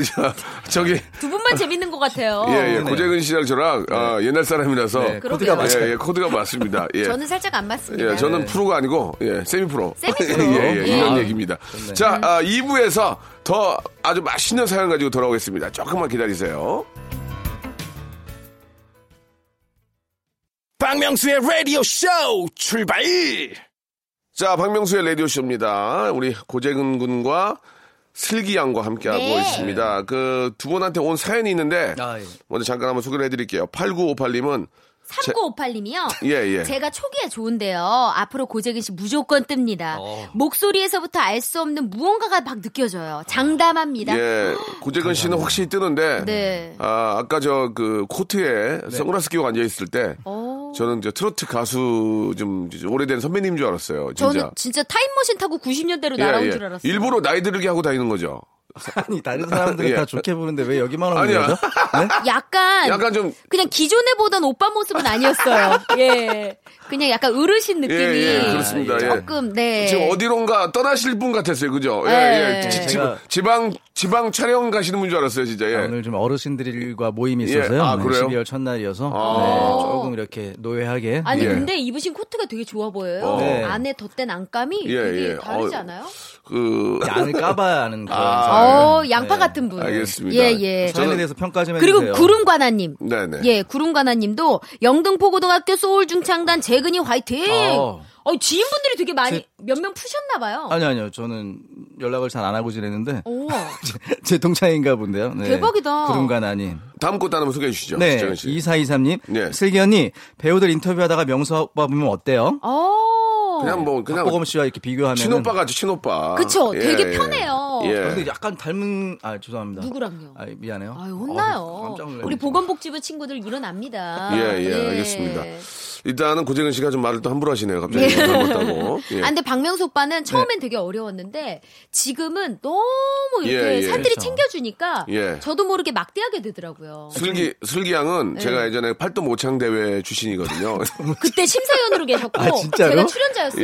[SPEAKER 3] 자, 저기,
[SPEAKER 7] 두 분만 재밌는 것 같아요.
[SPEAKER 3] 예, 예, 고재근 씨랑 저랑 아, 옛날 사람이라서
[SPEAKER 6] 네, 코드가
[SPEAKER 7] 어, 그러게요.
[SPEAKER 6] 맞아요.
[SPEAKER 3] 예, 예, 코드가 맞습니다. 예.
[SPEAKER 7] 저는 살짝 안 맞습니다.
[SPEAKER 3] 예, 저는 프로가 아니고 예, 세미 프로.
[SPEAKER 7] 세미프로.
[SPEAKER 3] 예, 예, 이런
[SPEAKER 6] 아,
[SPEAKER 3] 얘기입니다. 자, 아, 2부에서 더 아주 맛있는 사연 가지고 돌아오겠습니다. 조금만 기다리세요.
[SPEAKER 1] 박명수의 라디오 쇼 출발!
[SPEAKER 3] 자, 박명수의 라디오쇼입니다. 우리 고재근 군과 슬기 양과 함께하고
[SPEAKER 8] 네.
[SPEAKER 3] 있습니다. 그 두 분한테 온 사연이 있는데
[SPEAKER 6] 아, 예.
[SPEAKER 3] 먼저 잠깐 한번 소개를 해드릴게요. 8958님은
[SPEAKER 7] 3958님이요.
[SPEAKER 3] 예, 예.
[SPEAKER 7] 제가 초기에 좋은데요. 앞으로 고재근 씨 무조건 뜹니다.
[SPEAKER 3] 어.
[SPEAKER 7] 목소리에서부터 알 수 없는 무언가가 막 느껴져요. 장담합니다.
[SPEAKER 3] 예, 고재근 씨는 확실히 뜨는데
[SPEAKER 7] 네.
[SPEAKER 3] 아, 아까 저 그 코트에 선글라스 끼고 앉아 있을 때
[SPEAKER 7] 오.
[SPEAKER 3] 저는 저 트로트 가수 좀 오래된 선배님 줄 알았어요. 진짜. 예,
[SPEAKER 7] 저는 진짜 타임머신 타고 90년대로 날아온 줄 알았어요.
[SPEAKER 3] 일부러 나이 들게 하고 다니는 거죠.
[SPEAKER 6] 아니 다른 사람들은
[SPEAKER 3] 예.
[SPEAKER 6] 다 좋게 보는데 왜 여기만 오는
[SPEAKER 3] 아니야.
[SPEAKER 6] 거죠? 네?
[SPEAKER 7] 약간,
[SPEAKER 3] 약간 좀
[SPEAKER 7] 그냥 기존에 보던 오빠 모습은 아니었어요. 예. 그냥 약간 어르신 느낌이
[SPEAKER 3] 예, 예, 그렇습니다. 예.
[SPEAKER 7] 조금 네.
[SPEAKER 3] 지금 어디론가 떠나실 분 같았어요, 그죠? 예,
[SPEAKER 7] 네.
[SPEAKER 3] 예. 지,
[SPEAKER 6] 제가-
[SPEAKER 3] 방 지방 촬영 가시는 분 줄 알았어요, 진짜. 예.
[SPEAKER 6] 오늘 좀 어르신들과 모임이
[SPEAKER 3] 예.
[SPEAKER 6] 있어서요.
[SPEAKER 3] 아,
[SPEAKER 6] 네,
[SPEAKER 3] 그래요?
[SPEAKER 6] 12월 첫날이어서
[SPEAKER 3] 아.
[SPEAKER 6] 네, 조금 이렇게 노예하게.
[SPEAKER 7] 아니
[SPEAKER 3] 예. 어.
[SPEAKER 7] 근데 입으신 코트가 되게 좋아 보여요.
[SPEAKER 6] 네.
[SPEAKER 7] 안에 덧댄 안감이
[SPEAKER 3] 예,
[SPEAKER 7] 되게
[SPEAKER 3] 예.
[SPEAKER 7] 다르지
[SPEAKER 3] 어.
[SPEAKER 7] 않아요?
[SPEAKER 3] 그
[SPEAKER 6] 안을 까봐야 하는 그런
[SPEAKER 3] 아.
[SPEAKER 6] 사람.
[SPEAKER 7] 어 양파
[SPEAKER 6] 네.
[SPEAKER 7] 같은 분.
[SPEAKER 3] 알겠습니다.
[SPEAKER 7] 예 예.
[SPEAKER 3] 저는-
[SPEAKER 6] 사연에 대해서 평가 좀 해주세요.
[SPEAKER 7] 그리고 구름관아님.
[SPEAKER 3] 네, 네.
[SPEAKER 7] 예, 구름관아님도 영등포고등학교 소울중창단 재근이 화이팅.
[SPEAKER 6] 어.
[SPEAKER 7] 어, 지인분들이 되게 많이
[SPEAKER 6] 제-
[SPEAKER 7] 몇 명 푸셨나 봐요.
[SPEAKER 6] 아니 아니요 저는 연락을 잘 안 하고 지냈는데
[SPEAKER 7] 오,
[SPEAKER 6] 제, 제 동창인가 본데요. 네.
[SPEAKER 7] 어. 대박이다.
[SPEAKER 6] 구름관 아님.
[SPEAKER 3] 다음 꽃 하나만 소개해 주시죠.
[SPEAKER 6] 네,
[SPEAKER 3] 지정현 씨.
[SPEAKER 6] 2423님.
[SPEAKER 3] 네.
[SPEAKER 6] 슬기 언니, 배우들 인터뷰하다가 명수 오빠 보면 어때요?
[SPEAKER 7] 어.
[SPEAKER 3] 그냥 뭐 그냥
[SPEAKER 6] 박보검 씨와 이렇게 비교하면.
[SPEAKER 3] 친오빠 같죠, 친오빠.
[SPEAKER 7] 그쵸, 되게 편해요.
[SPEAKER 3] 예.
[SPEAKER 6] 아, 근데 약간 닮은, 아, 죄송합니다.
[SPEAKER 7] 누구랑요?
[SPEAKER 6] 아, 미안해요.
[SPEAKER 7] 아유, 혼나요.
[SPEAKER 6] 어, 깜짝 놀랐네.
[SPEAKER 7] 우리 보건복지부 친구들 일어납니다. 네.
[SPEAKER 3] 예, 예, 알겠습니다. 일단은 고재근 씨가 좀 말을 또 함부로 하시네요. 갑자기 잘못다고. 예. 네.
[SPEAKER 7] 아, 근데 박명수 오빠는 처음엔 되게 어려웠는데 지금은 너무 이렇게
[SPEAKER 3] 예, 예.
[SPEAKER 7] 사람들이
[SPEAKER 6] 그렇죠.
[SPEAKER 7] 챙겨주니까
[SPEAKER 3] 예.
[SPEAKER 7] 저도 모르게 막대하게 되더라고요.
[SPEAKER 3] 음. 슬기 슬기 양은
[SPEAKER 7] 네.
[SPEAKER 3] 제가 예전에 팔도 모창 대회 출신이거든요.
[SPEAKER 7] 그때 심사위원으로 계셨고
[SPEAKER 6] 아, 진짜로? 아,
[SPEAKER 7] 제가 출연자였어요.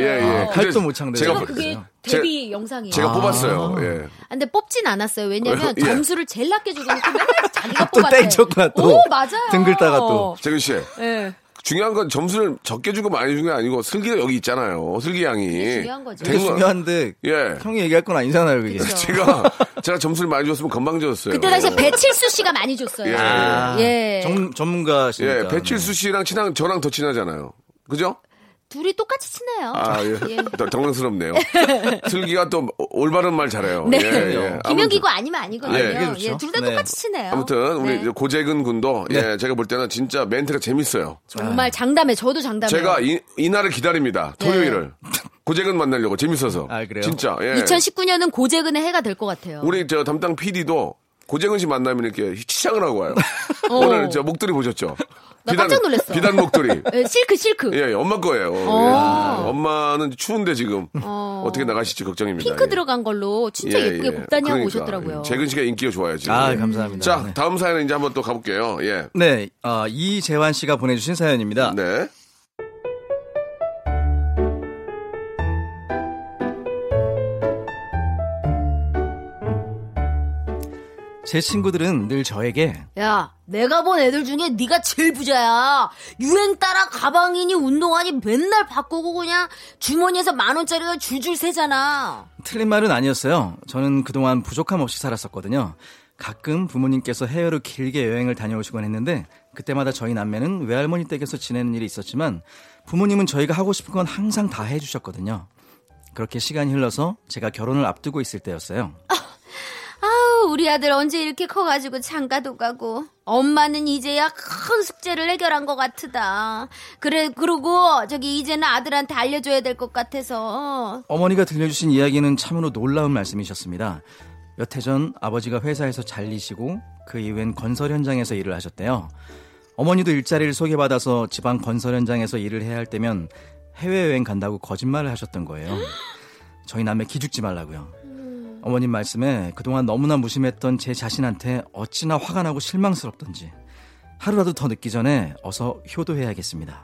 [SPEAKER 3] 예, 예.
[SPEAKER 6] 칼도
[SPEAKER 3] 근데
[SPEAKER 6] 모창 대회.
[SPEAKER 3] 제가
[SPEAKER 7] 제가
[SPEAKER 6] 아,
[SPEAKER 7] 그게
[SPEAKER 6] 그래요?
[SPEAKER 7] 데뷔 영상이에요.
[SPEAKER 3] 제가
[SPEAKER 7] 아.
[SPEAKER 3] 뽑았어요. 예.
[SPEAKER 7] 근데 뽑진 않았어요. 왜냐면
[SPEAKER 3] 예.
[SPEAKER 7] 점수를 제일 낮게 주고 맨날 자기가
[SPEAKER 6] 아, 또
[SPEAKER 7] 뽑았대.
[SPEAKER 6] 땡쳤구나, 또.
[SPEAKER 7] 오, 맞아요.
[SPEAKER 6] 등 긁다가 또.
[SPEAKER 3] 재근 씨.
[SPEAKER 7] 예.
[SPEAKER 3] 중요한 건 점수를 적게 주고 많이 준 게 아니고 슬기가 여기 있잖아요. 슬기 양이.
[SPEAKER 7] 네, 중요한 거죠.
[SPEAKER 3] 된
[SPEAKER 6] 되게
[SPEAKER 3] 거-
[SPEAKER 6] 그 중요한데,
[SPEAKER 3] 예.
[SPEAKER 6] 형이 얘기할 건 아니잖아요, 그게.
[SPEAKER 7] 그쵸.
[SPEAKER 3] 제가 제가 점수를 많이 줬으면 건방져졌어요.
[SPEAKER 7] 그때 당시에 배칠수 씨가 많이 줬어요.
[SPEAKER 3] 예.
[SPEAKER 6] 아,
[SPEAKER 7] 예.
[SPEAKER 6] 전, 전문가시니까.
[SPEAKER 3] 예, 배칠수 씨랑 친한 저랑 더 친하잖아요. 그죠?
[SPEAKER 7] 둘이 똑같이 친해요.
[SPEAKER 3] 아, 예.
[SPEAKER 7] 예.
[SPEAKER 3] 더 당황스럽네요. 슬기가 또 올바른 말 잘해요.
[SPEAKER 7] 네.
[SPEAKER 3] 예, 예.
[SPEAKER 7] 김영기고 아니면 아니거든요.
[SPEAKER 3] 예,
[SPEAKER 6] 이게 좋죠.
[SPEAKER 7] 예, 둘 다
[SPEAKER 6] 네.
[SPEAKER 7] 똑같이 친해요.
[SPEAKER 3] 아무튼 우리
[SPEAKER 7] 네.
[SPEAKER 3] 이제 고재근 군도 예, 제가 볼 때는 진짜 멘트가 재밌어요.
[SPEAKER 7] 정말 장담해. 저도 장담해.
[SPEAKER 3] 제가 이, 이날을 기다립니다. 토요일을.
[SPEAKER 7] 네.
[SPEAKER 3] 고재근 만나려고 재밌어서.
[SPEAKER 6] 아, 그래요?
[SPEAKER 3] 진짜. 예.
[SPEAKER 7] 2019년은 고재근의 해가 될 것 같아요.
[SPEAKER 3] 우리 저 담당 PD도 고재근 씨 만나면 이렇게 치장을 하고 와요.
[SPEAKER 7] 어.
[SPEAKER 3] 오늘 저 목도리 보셨죠?
[SPEAKER 7] 나 깜짝 놀랐어.
[SPEAKER 3] 비단 목도리.
[SPEAKER 7] 예, 실크 실크.
[SPEAKER 3] 예, 예, 엄마 거예요.
[SPEAKER 7] 어.
[SPEAKER 3] 예. 엄마는 추운데 지금
[SPEAKER 7] 어.
[SPEAKER 3] 어. 떻게 나가실지 걱정입니다.
[SPEAKER 7] 핑크
[SPEAKER 3] 예.
[SPEAKER 7] 들어간 걸로 진짜
[SPEAKER 3] 예,
[SPEAKER 7] 예, 쁘게
[SPEAKER 3] 예.
[SPEAKER 7] 곱다니 하고
[SPEAKER 3] 그러니까.
[SPEAKER 7] 오셨더라고요.
[SPEAKER 3] 예. 재근 씨가 인기가 좋아요 지금.
[SPEAKER 6] 아,
[SPEAKER 3] 예.
[SPEAKER 6] 감사합니다.
[SPEAKER 3] 자,
[SPEAKER 6] 네.
[SPEAKER 3] 다음 사연은 이제 한번 또 가볼게요. 예.
[SPEAKER 6] 네, 아, 이재환 씨가 보내주신 사연입니다.
[SPEAKER 3] 네.
[SPEAKER 6] 제 친구들은 늘 저에게
[SPEAKER 7] 야, 내가 본 애들 중에 네가 제일 부자야. 유행 따라 가방이니 운동화니 맨날 바꾸고 그냥 주머니에서 만 원짜리가 줄줄 새잖아.
[SPEAKER 6] 틀린 말은 아니었어요. 저는 그동안 부족함 없이 살았었거든요. 가끔 부모님께서 해외로 길게 여행을 다녀오시곤 했는데 그때마다 저희 남매는 외할머니 댁에서 지내는 일이 있었지만 부모님은 저희가 하고 싶은 건 항상 다 해주셨거든요. 그렇게 시간이 흘러서 제가 결혼을 앞두고 있을 때였어요.
[SPEAKER 7] 아우, 우리 아들 언제 이렇게 커가지고 장가도 가고. 엄마는 이제야 큰 숙제를 해결한 것 같으다. 그래, 그러고 저기 이제는 아들한테 알려줘야 될 것 같아서.
[SPEAKER 6] 어머니가 들려주신 이야기는 참으로 놀라운 말씀이셨습니다. 몇 해 전 아버지가 회사에서 잘리시고 그 이후엔 건설 현장에서 일을 하셨대요. 어머니도 일자리를 소개받아서 지방 건설 현장에서 일을 해야 할 때면 해외여행 간다고 거짓말을 하셨던 거예요. 저희 남매 기죽지 말라고요. 어머님 말씀에 그동안 너무나 무심했던 제 자신한테 어찌나 화가 나고 실망스럽던지 하루라도 더 늦기 전에 어서 효도해야겠습니다.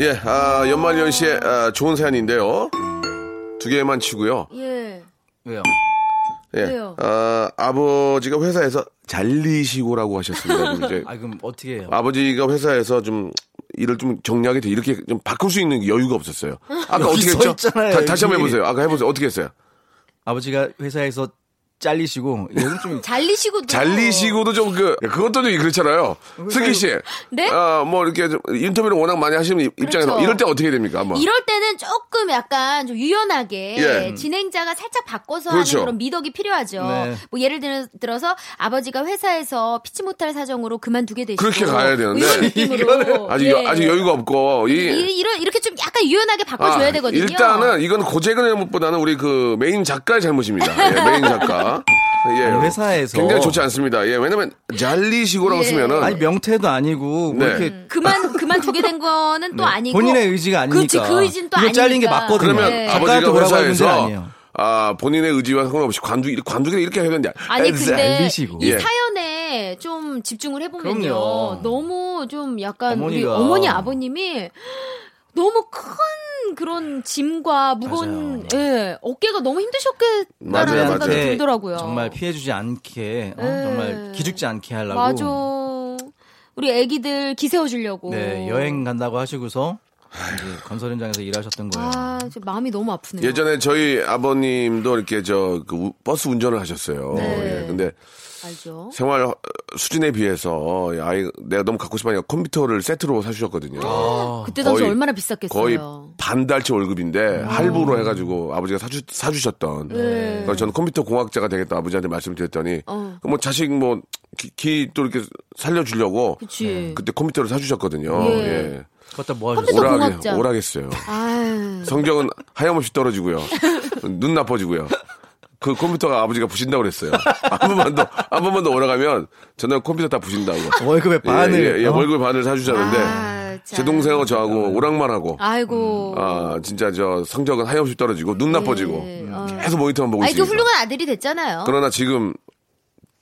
[SPEAKER 3] 예, 아, 연말 연시에 아, 좋은 사연인데요. 두 개만 치고요.
[SPEAKER 7] 예.
[SPEAKER 6] 왜요?
[SPEAKER 3] 예.
[SPEAKER 7] 왜요?
[SPEAKER 3] 아, 아버지가 회사에서 잘리시고라고 하셨습니다. 그럼 이제
[SPEAKER 6] 아 그럼 어떻게 해요?
[SPEAKER 3] 아버지가 회사에서 좀 일을 좀 정리하게 돼 이렇게 좀 바꿀 수 있는 여유가 없었어요. 아까
[SPEAKER 6] 여기
[SPEAKER 3] 어떻게
[SPEAKER 6] 서
[SPEAKER 3] 했죠?
[SPEAKER 6] 있잖아요,
[SPEAKER 3] 다, 다시 한번
[SPEAKER 6] 여기.
[SPEAKER 3] 해보세요. 아까 해보세요. 어떻게 했어요?
[SPEAKER 6] 아버지가 회사에서 잘리시고 얘는 좀
[SPEAKER 7] 잘리시고도
[SPEAKER 3] 잘리시고도 좀 그 그것도 좀 그렇잖아요. 승기 씨.
[SPEAKER 7] 음, 네?
[SPEAKER 3] 아, 뭐 이렇게 좀 인터뷰를 워낙 많이 하시는 입- 입장에서
[SPEAKER 7] 그렇죠.
[SPEAKER 3] 이럴 때 어떻게 됩니까? 뭐? 한번.
[SPEAKER 7] 이럴 때는 조금 약간 좀 유연하게
[SPEAKER 3] 예.
[SPEAKER 7] 진행자가 살짝 바꿔서
[SPEAKER 3] 그렇죠.
[SPEAKER 7] 하는 그런 미덕이 필요하죠.
[SPEAKER 6] 네.
[SPEAKER 7] 뭐 예를 들어, 들어서 아버지가 회사에서 피치 못할 사정으로 그만두게 되시고
[SPEAKER 3] 그렇게 가야 되는데.
[SPEAKER 7] 뭐 이런 느낌으로
[SPEAKER 3] 아직
[SPEAKER 7] 예.
[SPEAKER 3] 여- 아직 여유가 없고 이
[SPEAKER 7] 이, 이런 이렇게 좀 약간 유연하게 바꿔줘야
[SPEAKER 3] 아,
[SPEAKER 7] 되거든요.
[SPEAKER 3] 일단은 이건 고재근 잘못보다는 우리 그 메인 작가의 잘못입니다. 예, 메인 작가. 예.
[SPEAKER 6] 아니, 회사에서
[SPEAKER 3] 굉장히 좋지 않습니다. 예, 왜냐면 잘리시고라고
[SPEAKER 7] 예.
[SPEAKER 3] 쓰면은
[SPEAKER 6] 아니 명태도 아니고 뭐
[SPEAKER 3] 네.
[SPEAKER 6] 이렇게
[SPEAKER 7] 그만 그만 두게 된 거는 또 아니고
[SPEAKER 6] 네. 본인의 의지가 아니니까.
[SPEAKER 7] 그렇지 그 의지는 또
[SPEAKER 6] 이거
[SPEAKER 7] 아니니까.
[SPEAKER 6] 잘린 게 맞거든요.
[SPEAKER 3] 그러면
[SPEAKER 6] 네. 작가한테
[SPEAKER 3] 아버지가
[SPEAKER 6] 뭐라고 할 문제는
[SPEAKER 3] 회사에서
[SPEAKER 6] 아니에요.
[SPEAKER 3] 아 본인의 의지와 상관없이 관두 관두기를 이렇게 해야 되냐?
[SPEAKER 7] 아니 근데
[SPEAKER 6] 잘리시고.
[SPEAKER 7] 이
[SPEAKER 3] 예.
[SPEAKER 7] 사연에 좀 집중을 해보면요
[SPEAKER 6] 그럼요.
[SPEAKER 7] 너무 좀 약간 우리
[SPEAKER 6] 어머니가.
[SPEAKER 7] 어머니 아버님이 너무 큰 그런 짐과 무거운 예, 어깨가 너무 힘드셨겠다라는
[SPEAKER 3] 맞아요,
[SPEAKER 7] 생각이
[SPEAKER 3] 맞아요.
[SPEAKER 7] 들더라고요.
[SPEAKER 6] 네. 정말 피해주지 않게 어?
[SPEAKER 7] 네.
[SPEAKER 6] 정말 기죽지 않게 하려고.
[SPEAKER 7] 맞아. 우리 애기들 기세워 주려고.
[SPEAKER 6] 네 여행 간다고 하시고서 이제 건설 현장에서 일하셨던 거예요.
[SPEAKER 7] 아, 진짜 마음이 너무 아프네요.
[SPEAKER 3] 예전에 저희 아버님도 이렇게 저그 우- 버스 운전을 하셨어요.
[SPEAKER 7] 네.
[SPEAKER 3] 예. 근데
[SPEAKER 7] 알죠?
[SPEAKER 3] 생활 어, 수준에 비해서 아이 내가 너무 갖고 싶어하니까 컴퓨터를 세트로 사주셨거든요.
[SPEAKER 7] 그때 당시
[SPEAKER 3] 거의-
[SPEAKER 7] 얼마나 아, 비쌌겠어요. 음.
[SPEAKER 3] 거의 반달치 월급인데 할부로 해가지고 아버지가 사주, 사주셨던.
[SPEAKER 7] 네.
[SPEAKER 3] 그래서 저는 컴퓨터 공학자가 되겠다 아버지한테 말씀을 드렸더니
[SPEAKER 7] 어.
[SPEAKER 3] 뭐 자식 뭐 기 또 이렇게 살려주려고
[SPEAKER 6] 네.
[SPEAKER 7] 그치.
[SPEAKER 3] 그때 컴퓨터를 사주셨거든요.
[SPEAKER 7] 예.
[SPEAKER 3] 예.
[SPEAKER 6] 그것도 뭐
[SPEAKER 7] 컴퓨터
[SPEAKER 6] 하셨어요?
[SPEAKER 7] 공학-
[SPEAKER 3] 오락에,
[SPEAKER 7] 공학자.
[SPEAKER 3] 오락했어요.
[SPEAKER 7] 아유.
[SPEAKER 3] 성적은 하염없이 떨어지고요. 눈 나빠지고요. 그 컴퓨터가 아버지가 부신다고 그랬어요. 한 번만 더, 한 번만 더 오라가면 저는 컴퓨터 다 부신다고.
[SPEAKER 6] 월급의
[SPEAKER 3] 예,
[SPEAKER 6] 반을
[SPEAKER 3] 예, 예,
[SPEAKER 6] 어?
[SPEAKER 3] 월급 반을 사주자는데
[SPEAKER 7] 아,
[SPEAKER 3] 제 동생하고 저하고 오락만 하고
[SPEAKER 7] 아이고.
[SPEAKER 3] 아 진짜 저 성적은 하염없이 떨어지고 눈 나빠지고
[SPEAKER 7] 예, 어.
[SPEAKER 3] 계속 모니터만 보고
[SPEAKER 7] 아니 좀
[SPEAKER 3] 있으니까
[SPEAKER 7] 훌륭한 아들이 됐잖아요.
[SPEAKER 3] 그러나 지금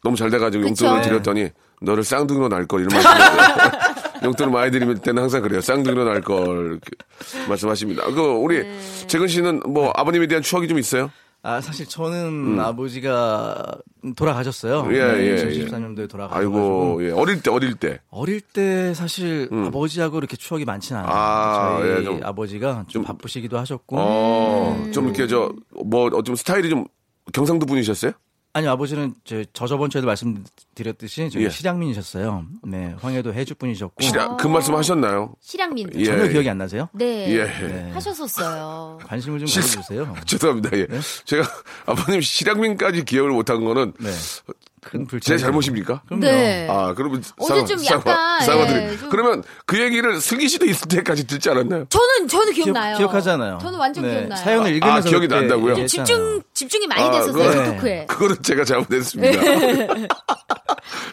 [SPEAKER 3] 너무 잘 돼가지고
[SPEAKER 7] 어? 그쵸? 네.
[SPEAKER 3] 용돈을 드렸더니 너를 쌍둥이로 낳을 걸 이런 말씀 용돈을 많이 드리면 때는 항상 그래요 쌍둥이로 낳을 걸 이렇게 말씀하십니다 그 우리
[SPEAKER 7] 네.
[SPEAKER 3] 재근 씨는 뭐 아버님에 대한 추억이 좀 있어요
[SPEAKER 6] 아 사실 저는 아버지가 돌아가셨어요. 네,
[SPEAKER 3] 예, 예,
[SPEAKER 6] 2014년도에 돌아가셨고
[SPEAKER 3] 아이고 예. 어릴 때 어릴 때
[SPEAKER 6] 어릴 때 사실 아버지하고 이렇게 추억이 많지는 않아요.
[SPEAKER 3] 아,
[SPEAKER 6] 저희
[SPEAKER 3] 예, 좀-
[SPEAKER 6] 아버지가 좀 바쁘시기도 하셨고
[SPEAKER 3] 어,
[SPEAKER 7] 음.
[SPEAKER 3] 좀 이렇게 저 뭐 좀 스타일이 좀 경상도 분이셨어요?
[SPEAKER 6] 아니 아버지는 저, 저 저번 주에도 말씀드렸듯이 저희
[SPEAKER 3] 예.
[SPEAKER 6] 실향민이셨어요. 네 황해도 해주 분이셨고
[SPEAKER 7] 어.
[SPEAKER 3] 실아 그 말씀 하셨나요?
[SPEAKER 7] 실향민.
[SPEAKER 3] 예.
[SPEAKER 6] 전혀 기억이 안 나세요?
[SPEAKER 7] 네.
[SPEAKER 3] 예.
[SPEAKER 7] 하셨었어요.
[SPEAKER 6] 관심을 좀
[SPEAKER 3] 실수-
[SPEAKER 6] 가져주세요.
[SPEAKER 3] 죄송합니다. 예.
[SPEAKER 6] 네?
[SPEAKER 3] 제가 아버님 실향민까지 기억을 못한 거는
[SPEAKER 6] 네. 큰
[SPEAKER 3] 제
[SPEAKER 6] 불찰.
[SPEAKER 3] 잘못입니까?
[SPEAKER 6] 그럼요.
[SPEAKER 7] 네.
[SPEAKER 3] 아, 그러면
[SPEAKER 7] 어제 좀 약간,
[SPEAKER 3] 사과드립니다.
[SPEAKER 7] 예, 좀-
[SPEAKER 3] 그러면 그 얘기를 슬기 씨도 있을 때까지 듣지 않았나요?
[SPEAKER 7] 저는 저는 기억나요.
[SPEAKER 6] 기억, 하잖아요 네.
[SPEAKER 7] 저는 완전 기억나요.
[SPEAKER 6] 사연을
[SPEAKER 3] 아,
[SPEAKER 6] 읽으면서
[SPEAKER 3] 기억이
[SPEAKER 6] 그때
[SPEAKER 3] 난다고요?
[SPEAKER 6] 얘기했잖아요. 네.
[SPEAKER 7] 집중 집중이 많이
[SPEAKER 3] 아,
[SPEAKER 7] 됐었어요.
[SPEAKER 3] 그거는-
[SPEAKER 7] 토크에.
[SPEAKER 3] 그거는 제가 잘못했습니다.
[SPEAKER 7] 네.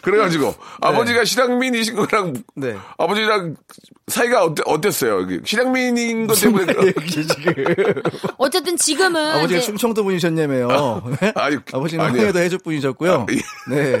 [SPEAKER 3] 그래가지고 아버지가 실향민이신 거랑
[SPEAKER 6] 네.
[SPEAKER 3] 아버지랑 사이가 어때, 어땠어요? 여기 실향민인 것 때문에 그런-
[SPEAKER 6] 이게 지금
[SPEAKER 7] 어쨌든 지금은
[SPEAKER 6] 아버지가
[SPEAKER 7] 이제
[SPEAKER 6] 충청도 분이셨냐며요. 네.
[SPEAKER 3] 아니,
[SPEAKER 6] 아버지는
[SPEAKER 3] 아니요. 예.
[SPEAKER 6] 황해도 해적 분이셨고요. 네.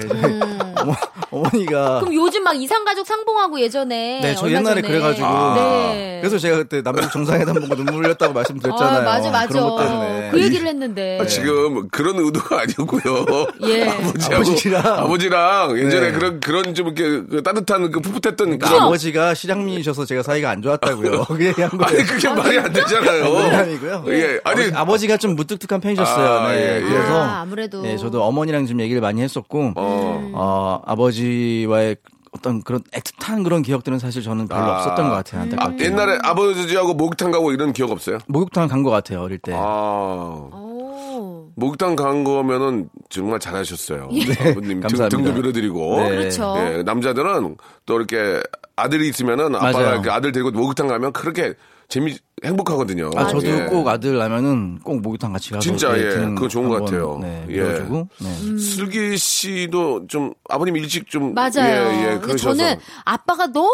[SPEAKER 6] 어머, 어머니가
[SPEAKER 7] 음. 그럼 요즘 막 이상가족 상봉하고 예전에
[SPEAKER 6] 네, 저
[SPEAKER 7] 얼마
[SPEAKER 6] 옛날에
[SPEAKER 7] 전에.
[SPEAKER 6] 그래가지고
[SPEAKER 3] 아.
[SPEAKER 7] 네.
[SPEAKER 6] 그래서 제가 그때 남북 정상회담 보고 눈물 흘렸다고 말씀드렸잖아요.
[SPEAKER 7] 아, 맞아 맞아.
[SPEAKER 6] 그런 것 때문에.
[SPEAKER 7] 그 얘기를 했는데.
[SPEAKER 3] 아, 지금 그런 의도가 아니었고요.
[SPEAKER 7] 예.
[SPEAKER 3] 아버지하고,
[SPEAKER 6] 아버지랑.
[SPEAKER 3] 아버지랑 예전에
[SPEAKER 6] 네.
[SPEAKER 3] 그런 그런 좀 이렇게 그 따뜻한 그 풋풋했던
[SPEAKER 6] 그
[SPEAKER 3] 그런
[SPEAKER 6] 아버지가 실향민이셔서 제가 사이가 안 좋았다고요. 그게 얘기한 거예요.
[SPEAKER 3] 아니 그게 말이 안 되잖아요.
[SPEAKER 6] 농담이고요.
[SPEAKER 3] 예, 아니
[SPEAKER 6] 아버지, 아버지가 좀 무뚝뚝한 편이셨어요.
[SPEAKER 3] 아,
[SPEAKER 6] 네.
[SPEAKER 3] 예, 예.
[SPEAKER 6] 그래서
[SPEAKER 7] 아, 아무래도.
[SPEAKER 6] 네, 저도 어머니랑 좀 얘기를 많이 했었고
[SPEAKER 3] 어.
[SPEAKER 6] 어, 아버지와의 어떤 그런 애틋한 그런 기억들은 사실 저는 별로
[SPEAKER 3] 아.
[SPEAKER 6] 없었던
[SPEAKER 7] 음.
[SPEAKER 6] 것 같아요.
[SPEAKER 3] 아,
[SPEAKER 6] 안타깝게.
[SPEAKER 3] 옛날에 아버지하고 목욕탕 가고 이런 기억 없어요?
[SPEAKER 6] 목욕탕 간 것 같아요 어릴 때.
[SPEAKER 3] 아.
[SPEAKER 7] 어. 오.
[SPEAKER 3] 목욕탕 간 거면은 정말 잘하셨어요. 네, 아버님 등,
[SPEAKER 6] 감사합니다.
[SPEAKER 3] 등도 밀어드리고.
[SPEAKER 6] 네.
[SPEAKER 7] 예. 그렇죠.
[SPEAKER 3] 예, 남자들은 또 이렇게 아들이 있으면은 아빠가
[SPEAKER 6] 맞아요.
[SPEAKER 3] 이렇게 아들 데리고 목욕탕 가면 그렇게 재미 행복하거든요.
[SPEAKER 6] 아 저도
[SPEAKER 3] 예.
[SPEAKER 6] 꼭 아들 낳으면은 꼭 목욕탕 같이 가서
[SPEAKER 3] 진짜, 예.
[SPEAKER 6] 등
[SPEAKER 3] 그거 좋은 것
[SPEAKER 6] 한번,
[SPEAKER 3] 같아요.
[SPEAKER 6] 네,
[SPEAKER 3] 예.
[SPEAKER 6] 밀어주고 네.
[SPEAKER 3] 슬기 씨도 좀 아버님 일찍 좀
[SPEAKER 7] 음. 맞아요.
[SPEAKER 3] 예, 예,
[SPEAKER 7] 근데
[SPEAKER 3] 그러셔서
[SPEAKER 7] 저는 아빠가 너무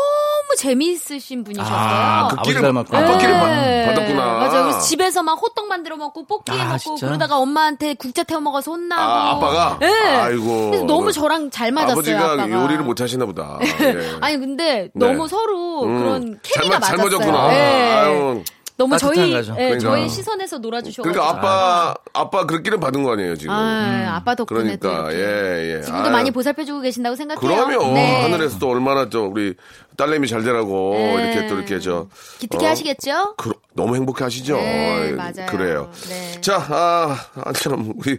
[SPEAKER 7] 재미있으신 분이셨어요.
[SPEAKER 6] 아, 그
[SPEAKER 3] 끼를-
[SPEAKER 6] 아버지 닮았고.
[SPEAKER 3] 아빠 끼를
[SPEAKER 7] 네.
[SPEAKER 3] 받- 받았구나.
[SPEAKER 7] 맞아요. 그래서 집에서 막 호떡 만들어 먹고 뽑기 해
[SPEAKER 6] 아,
[SPEAKER 7] 먹고
[SPEAKER 6] 진짜?
[SPEAKER 7] 그러다가 엄마한테 국자 태워 먹어서 혼나고.
[SPEAKER 3] 아, 아빠가?
[SPEAKER 7] 네.
[SPEAKER 3] 아이고.
[SPEAKER 7] 그래서 너무 저랑 잘 맞았어요.
[SPEAKER 3] 아버지가
[SPEAKER 7] 아빠가.
[SPEAKER 3] 요리를 못 하시나 보다. 예.
[SPEAKER 7] 아니 근데 너무 서로
[SPEAKER 3] 음.
[SPEAKER 7] 그런
[SPEAKER 3] 잘
[SPEAKER 7] 케미가
[SPEAKER 3] 맞- 잘
[SPEAKER 7] 맞았어요.
[SPEAKER 3] 맞았구나.
[SPEAKER 7] 네.
[SPEAKER 3] 아유.
[SPEAKER 7] 너무
[SPEAKER 6] 따뜻한
[SPEAKER 7] 저희
[SPEAKER 6] 거죠.
[SPEAKER 7] 예,
[SPEAKER 3] 그러니까.
[SPEAKER 7] 저희 시선에서 놀아주셔.
[SPEAKER 3] 그러니까 아빠 아빠 그길를 받은 거 아니에요 지금.
[SPEAKER 6] 음.
[SPEAKER 7] 아, 아빠 덕분에 또
[SPEAKER 3] 그러니까
[SPEAKER 7] 이렇게
[SPEAKER 3] 예 예.
[SPEAKER 7] 지금도
[SPEAKER 3] 아유,
[SPEAKER 7] 많이 보살펴주고 계신다고 생각해요.
[SPEAKER 3] 그럼요.
[SPEAKER 7] 네.
[SPEAKER 3] 하늘에서 또 얼마나 또 우리 딸내미 잘 되라고
[SPEAKER 10] 네.
[SPEAKER 3] 뭐 이렇게 또 이렇게
[SPEAKER 7] 음.
[SPEAKER 3] 저
[SPEAKER 10] 기특해
[SPEAKER 3] 어?
[SPEAKER 10] 하시겠죠?
[SPEAKER 3] 그- 너무 행복해 하시죠?
[SPEAKER 10] 네,
[SPEAKER 3] 어,
[SPEAKER 10] 맞아요.
[SPEAKER 3] 그래요.
[SPEAKER 10] 네.
[SPEAKER 3] 자, 아, 아, 참, 우리,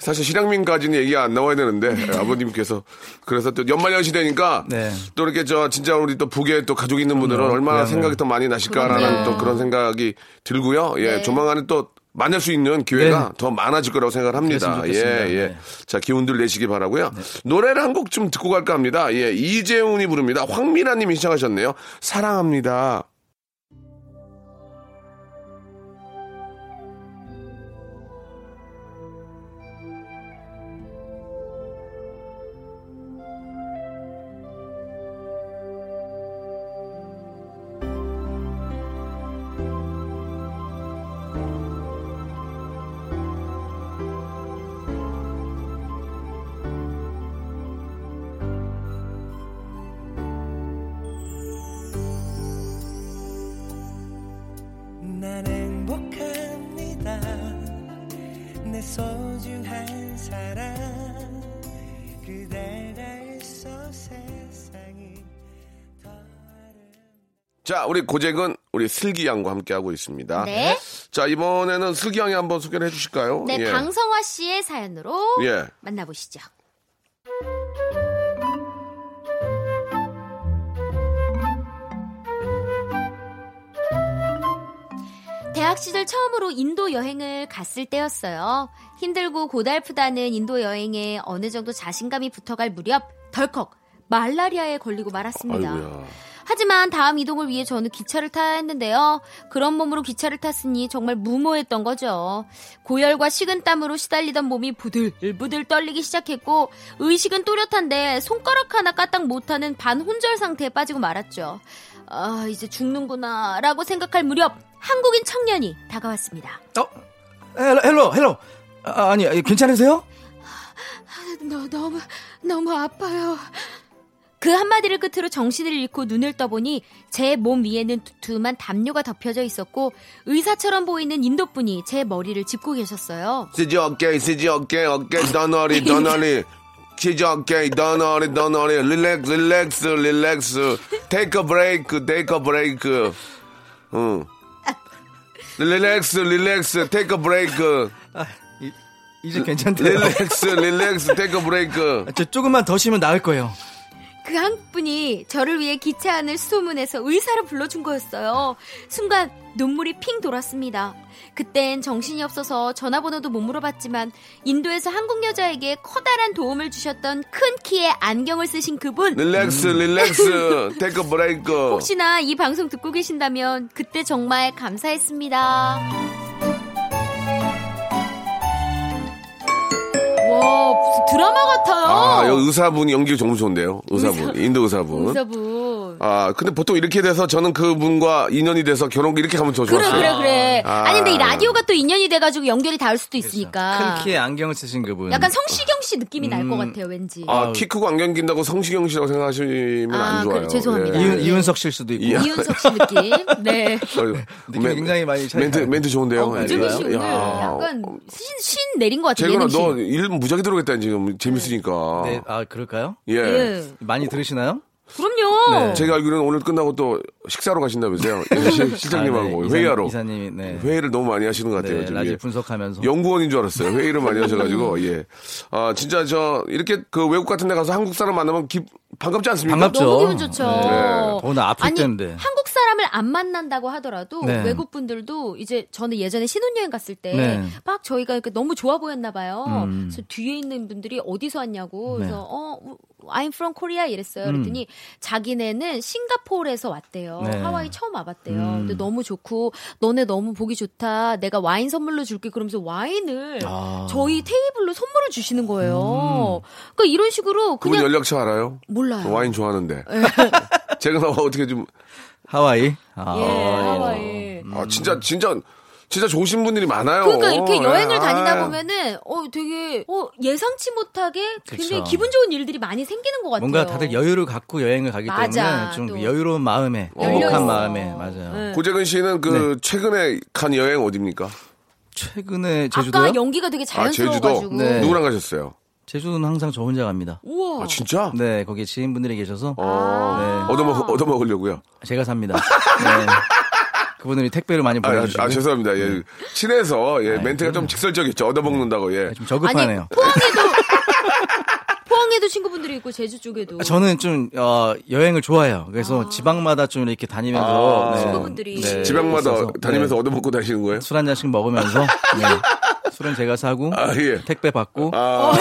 [SPEAKER 3] 사실 실향민까지는 얘기가 안 나와야 되는데,
[SPEAKER 10] 네.
[SPEAKER 3] 아버님께서. 그래서 또 연말연시 되니까,
[SPEAKER 6] 네. 음,
[SPEAKER 3] 또 이렇게 저, 진짜 우리 또 북에 또 가족이 있는 분들은 얼마나 생각이 더 많이 나실까라는 또 그런 생각이 들고요.
[SPEAKER 10] 네.
[SPEAKER 3] 예, 조만간에 또 만날 수 있는 기회가
[SPEAKER 6] 네.
[SPEAKER 3] 더 많아질 거라고 생각을 합니다.
[SPEAKER 6] 그랬으면
[SPEAKER 3] 예,
[SPEAKER 6] 좋겠습니다.
[SPEAKER 3] 예.
[SPEAKER 6] 네.
[SPEAKER 3] 자, 기운들 내시기 바라고요 노래를 한 곡 좀 듣고 갈까 합니다. 예, 이재훈이 부릅니다. 황미라 님이 시청하셨네요. 사랑합니다.
[SPEAKER 4] 난 행복합니다 내 소중한 사랑 그대가 있어 세상이 더 아름다워
[SPEAKER 3] 자, 우리 고잭은 우리 슬기 양과 함께하고 있습니다.
[SPEAKER 7] 네.
[SPEAKER 3] 자, 이번에는 슬기 양이 한번 소개를 해주실까요?
[SPEAKER 7] 네,
[SPEAKER 3] 예.
[SPEAKER 7] 강성화 씨의 사연으로
[SPEAKER 3] 예.
[SPEAKER 7] 만나보시죠. 대학 시절 처음으로 인도 여행을 갔을 때였어요. 힘들고 고달프다는 인도 여행에 어느 정도 자신감이 붙어갈 무렵 덜컥 말라리아에 걸리고 말았습니다.
[SPEAKER 3] 아이고야.
[SPEAKER 7] 하지만 다음 이동을 위해 저는 기차를 타야 했는데요. 그런 몸으로 기차를 탔으니 정말 무모했던 거죠. 고열과 식은땀으로 시달리던 몸이 부들부들 떨리기 시작했고 의식은 또렷한데 손가락 하나 까딱 못하는 반혼절 상태에 빠지고 말았죠. 아 이제 죽는구나 라고 생각할 무렵 한국인 청년이 다가왔습니다.
[SPEAKER 6] 어? 헬로, 헬로, 헬로. 아, 아니, 아니, 괜찮으세요?
[SPEAKER 7] 너, 너무 너무 아파요. 그 한마디를 끝으로 정신을 잃고 눈을 떠보니 제 몸 위에는 두툼한 담요가 덮여져 있었고 의사처럼 보이는 인도분이 제 머리를 짚고 계셨어요.
[SPEAKER 3] 쓰지 어깨, 쓰지 어깨, 어깨, 더너리, 더너리. 쓰지 어깨, 더너리, 더너리. 릴렉스, 릴렉스, 릴렉스. 테이크 브레이크, 테이크 브레이크. 응. 릴렉스, 릴렉스, 테이크 브레이크.
[SPEAKER 6] 아, 이, 이제 괜찮대요.
[SPEAKER 3] 네. 릴렉스, 릴렉스, 테이크 브레이크.
[SPEAKER 6] 저 조금만 더 쉬면 나을 거예요.
[SPEAKER 7] 그 한국분이 저를 위해 기차 안을 수소문해서 의사를 불러준 거였어요. 순간 눈물이 핑 돌았습니다. 그땐 정신이 없어서 전화번호도 못 물어봤지만 인도에서 한국 여자에게 커다란 도움을 주셨던 큰 키의 안경을 쓰신 그분
[SPEAKER 3] 네, 릴렉스, 릴렉스, 테이크 브레이크.
[SPEAKER 7] 혹시나 이 방송 듣고 계신다면 그때 정말 감사했습니다. 와 무슨 드라마 같아요.
[SPEAKER 3] 아, 여기 의사분이 연기 정말 좋은데요. 의사분. 인도 의사분.
[SPEAKER 7] 어! 의사분.
[SPEAKER 3] 아, 근데 보통 이렇게 돼서 저는 그분과 인연이 돼서 결혼 이렇게 하면 더
[SPEAKER 7] 그래
[SPEAKER 3] 좋았어요.
[SPEAKER 7] 그래 그래.
[SPEAKER 3] 아.
[SPEAKER 7] 아. 니 근데 이 라디오가 또 인연이 돼가지고 연결이 닿을 수도 있으니까.
[SPEAKER 6] 그렇죠. 큰 키에 안경을 쓰신 그분.
[SPEAKER 7] 그러니까 약간 성시경 씨 느낌이 날 것 같아요 왠지.
[SPEAKER 3] 아, 키 크고 안경 낀다고 성시경 씨라고 생각하시면
[SPEAKER 7] 아,
[SPEAKER 3] 안 좋아요.
[SPEAKER 7] 그래, 죄송합니다.
[SPEAKER 3] 예.
[SPEAKER 6] 이윤, 이윤석 씨일 수도 있고.
[SPEAKER 3] 이야.
[SPEAKER 7] 이윤석 씨 느낌. 네.
[SPEAKER 3] 아유,
[SPEAKER 6] 느낌이
[SPEAKER 3] 멘-
[SPEAKER 6] 굉장히 많이 차이
[SPEAKER 3] 멘트
[SPEAKER 6] 나요.
[SPEAKER 3] 멘트 좋은데요. 예.
[SPEAKER 7] 어, 고정희 씨 오늘 약간 신, 신 내린 것 같아요.
[SPEAKER 3] 재근아
[SPEAKER 7] 예능 신.
[SPEAKER 3] 너일 무지하게 들어오겠다 지금 재밌으니까.
[SPEAKER 6] 네, 아, 그럴까요?
[SPEAKER 3] 예. 네,
[SPEAKER 7] 예. 어.
[SPEAKER 6] 많이 들으시나요?
[SPEAKER 7] 그럼요.
[SPEAKER 3] 제가 알기로는 오늘 끝나고 또 식사로 가신다면서요. 예, 시- 실장님하고
[SPEAKER 6] 네. 아, 네.
[SPEAKER 3] 회의하러.
[SPEAKER 6] 이사- 이사님이, 네.
[SPEAKER 3] 회의를 너무 많이 하시는 것 같아요.
[SPEAKER 6] 네,
[SPEAKER 3] 지금.
[SPEAKER 6] 라지
[SPEAKER 3] 예.
[SPEAKER 6] 분석하면서.
[SPEAKER 3] 연구원인 줄 알았어요. 회의를 많이 하셔가지고, 예. 아, 진짜 저, 이렇게 그 외국 같은 데 가서 한국 사람 만나면 기, 반갑지 않습니까?
[SPEAKER 6] 반갑죠.
[SPEAKER 7] 너무 기분 좋죠.
[SPEAKER 6] 네. 더구나 아플
[SPEAKER 7] 아니,
[SPEAKER 6] 때인데.
[SPEAKER 7] 한국 사람을 안 만난다고 하더라도
[SPEAKER 6] 네.
[SPEAKER 7] 외국 분들도 이제 저는 예전에 신혼여행 갔을 때 막
[SPEAKER 6] 네. 음.
[SPEAKER 7] 저희가 이렇게 너무 좋아 보였나 봐요. 그래서 뒤에 있는 분들이 어디서 왔냐고
[SPEAKER 6] 네.
[SPEAKER 7] 그래서 어 I'm from Korea 이랬어요. 그랬더니 자기네는 싱가포르에서 왔대요.
[SPEAKER 6] 음. 네.
[SPEAKER 7] 하와이 처음 와봤대요. 근데 너무 좋고 너네 너무 보기 좋다. 내가 와인 선물로 줄게 그러면서 와인을
[SPEAKER 6] 아. 음.
[SPEAKER 7] 저희 테이블로 선물을 주시는 거예요. 그러니까 이런 식으로
[SPEAKER 3] 그분
[SPEAKER 7] 그냥 네.
[SPEAKER 3] 연락처 알아요?
[SPEAKER 7] 몰라요.
[SPEAKER 3] 와인 좋아하는데. 제가 나와 어떻게 좀,
[SPEAKER 6] 하와이. 아.
[SPEAKER 7] 예, 하와이.
[SPEAKER 3] 아, 진짜, 진짜, 진짜 좋으신 분들이 많아요.
[SPEAKER 7] 그러니까 이렇게 여행을
[SPEAKER 3] 예,
[SPEAKER 7] 다니다
[SPEAKER 3] 아이.
[SPEAKER 7] 보면은 어 되게 어 예상치 못하게 굉장히
[SPEAKER 6] 그쵸.
[SPEAKER 7] 기분 좋은 일들이 많이 생기는 것 같아요.
[SPEAKER 6] 뭔가 다들 여유를 갖고 여행을 가기
[SPEAKER 7] 맞아,
[SPEAKER 6] 때문에 좀그
[SPEAKER 7] 또.
[SPEAKER 6] 여유로운 마음에,
[SPEAKER 7] 열려있어.
[SPEAKER 6] 행복한 마음에, 맞아요.
[SPEAKER 7] 네.
[SPEAKER 3] 고재근 씨는 그, 최근에 간 여행 어딥니까?
[SPEAKER 6] 최근에 제주도요?
[SPEAKER 7] 아까 연기가 되게
[SPEAKER 3] 아,
[SPEAKER 7] 자연스러워가지고
[SPEAKER 3] 제주도?
[SPEAKER 6] 네.
[SPEAKER 3] 누구랑 가셨어요?
[SPEAKER 6] 제주도는 항상 저 혼자 갑니다.
[SPEAKER 11] 우와.
[SPEAKER 3] 아, 진짜?
[SPEAKER 6] 네, 거기 지인분들이 계셔서
[SPEAKER 7] 아.
[SPEAKER 3] 어, 얻어먹, 얻어먹으려고요.
[SPEAKER 6] 제가 삽니다. 네. 그분들이 택배를 많이
[SPEAKER 3] 아, 아,
[SPEAKER 6] 보내주시고
[SPEAKER 3] 아, 죄송합니다.
[SPEAKER 7] 네.
[SPEAKER 3] 예. 친해서,
[SPEAKER 7] 아,
[SPEAKER 3] 예, 멘트가 좀
[SPEAKER 6] 그럼요.
[SPEAKER 3] 직설적이었죠. 얻어먹는다고, 예.
[SPEAKER 6] 좀
[SPEAKER 11] 아니
[SPEAKER 6] 저급하네요.
[SPEAKER 11] 포항에도 포항에도 친구분들이 있고 제주
[SPEAKER 3] 아,
[SPEAKER 11] 쪽에도.
[SPEAKER 6] 아, 저는 좀 어, 여행을 좋아해요. 그래서 지방마다 좀 이렇게 다니면서
[SPEAKER 3] 아.
[SPEAKER 11] 어, 친구분들이.
[SPEAKER 6] 네.
[SPEAKER 3] 지방마다
[SPEAKER 6] 있어서,
[SPEAKER 3] 다니면서
[SPEAKER 6] 네,
[SPEAKER 3] 얻어먹고 다니시는 거예요?
[SPEAKER 6] 술한 잔씩 먹으면서 네. 술은 제가 사고
[SPEAKER 3] 아, 예.
[SPEAKER 6] 택배 받고
[SPEAKER 3] 아,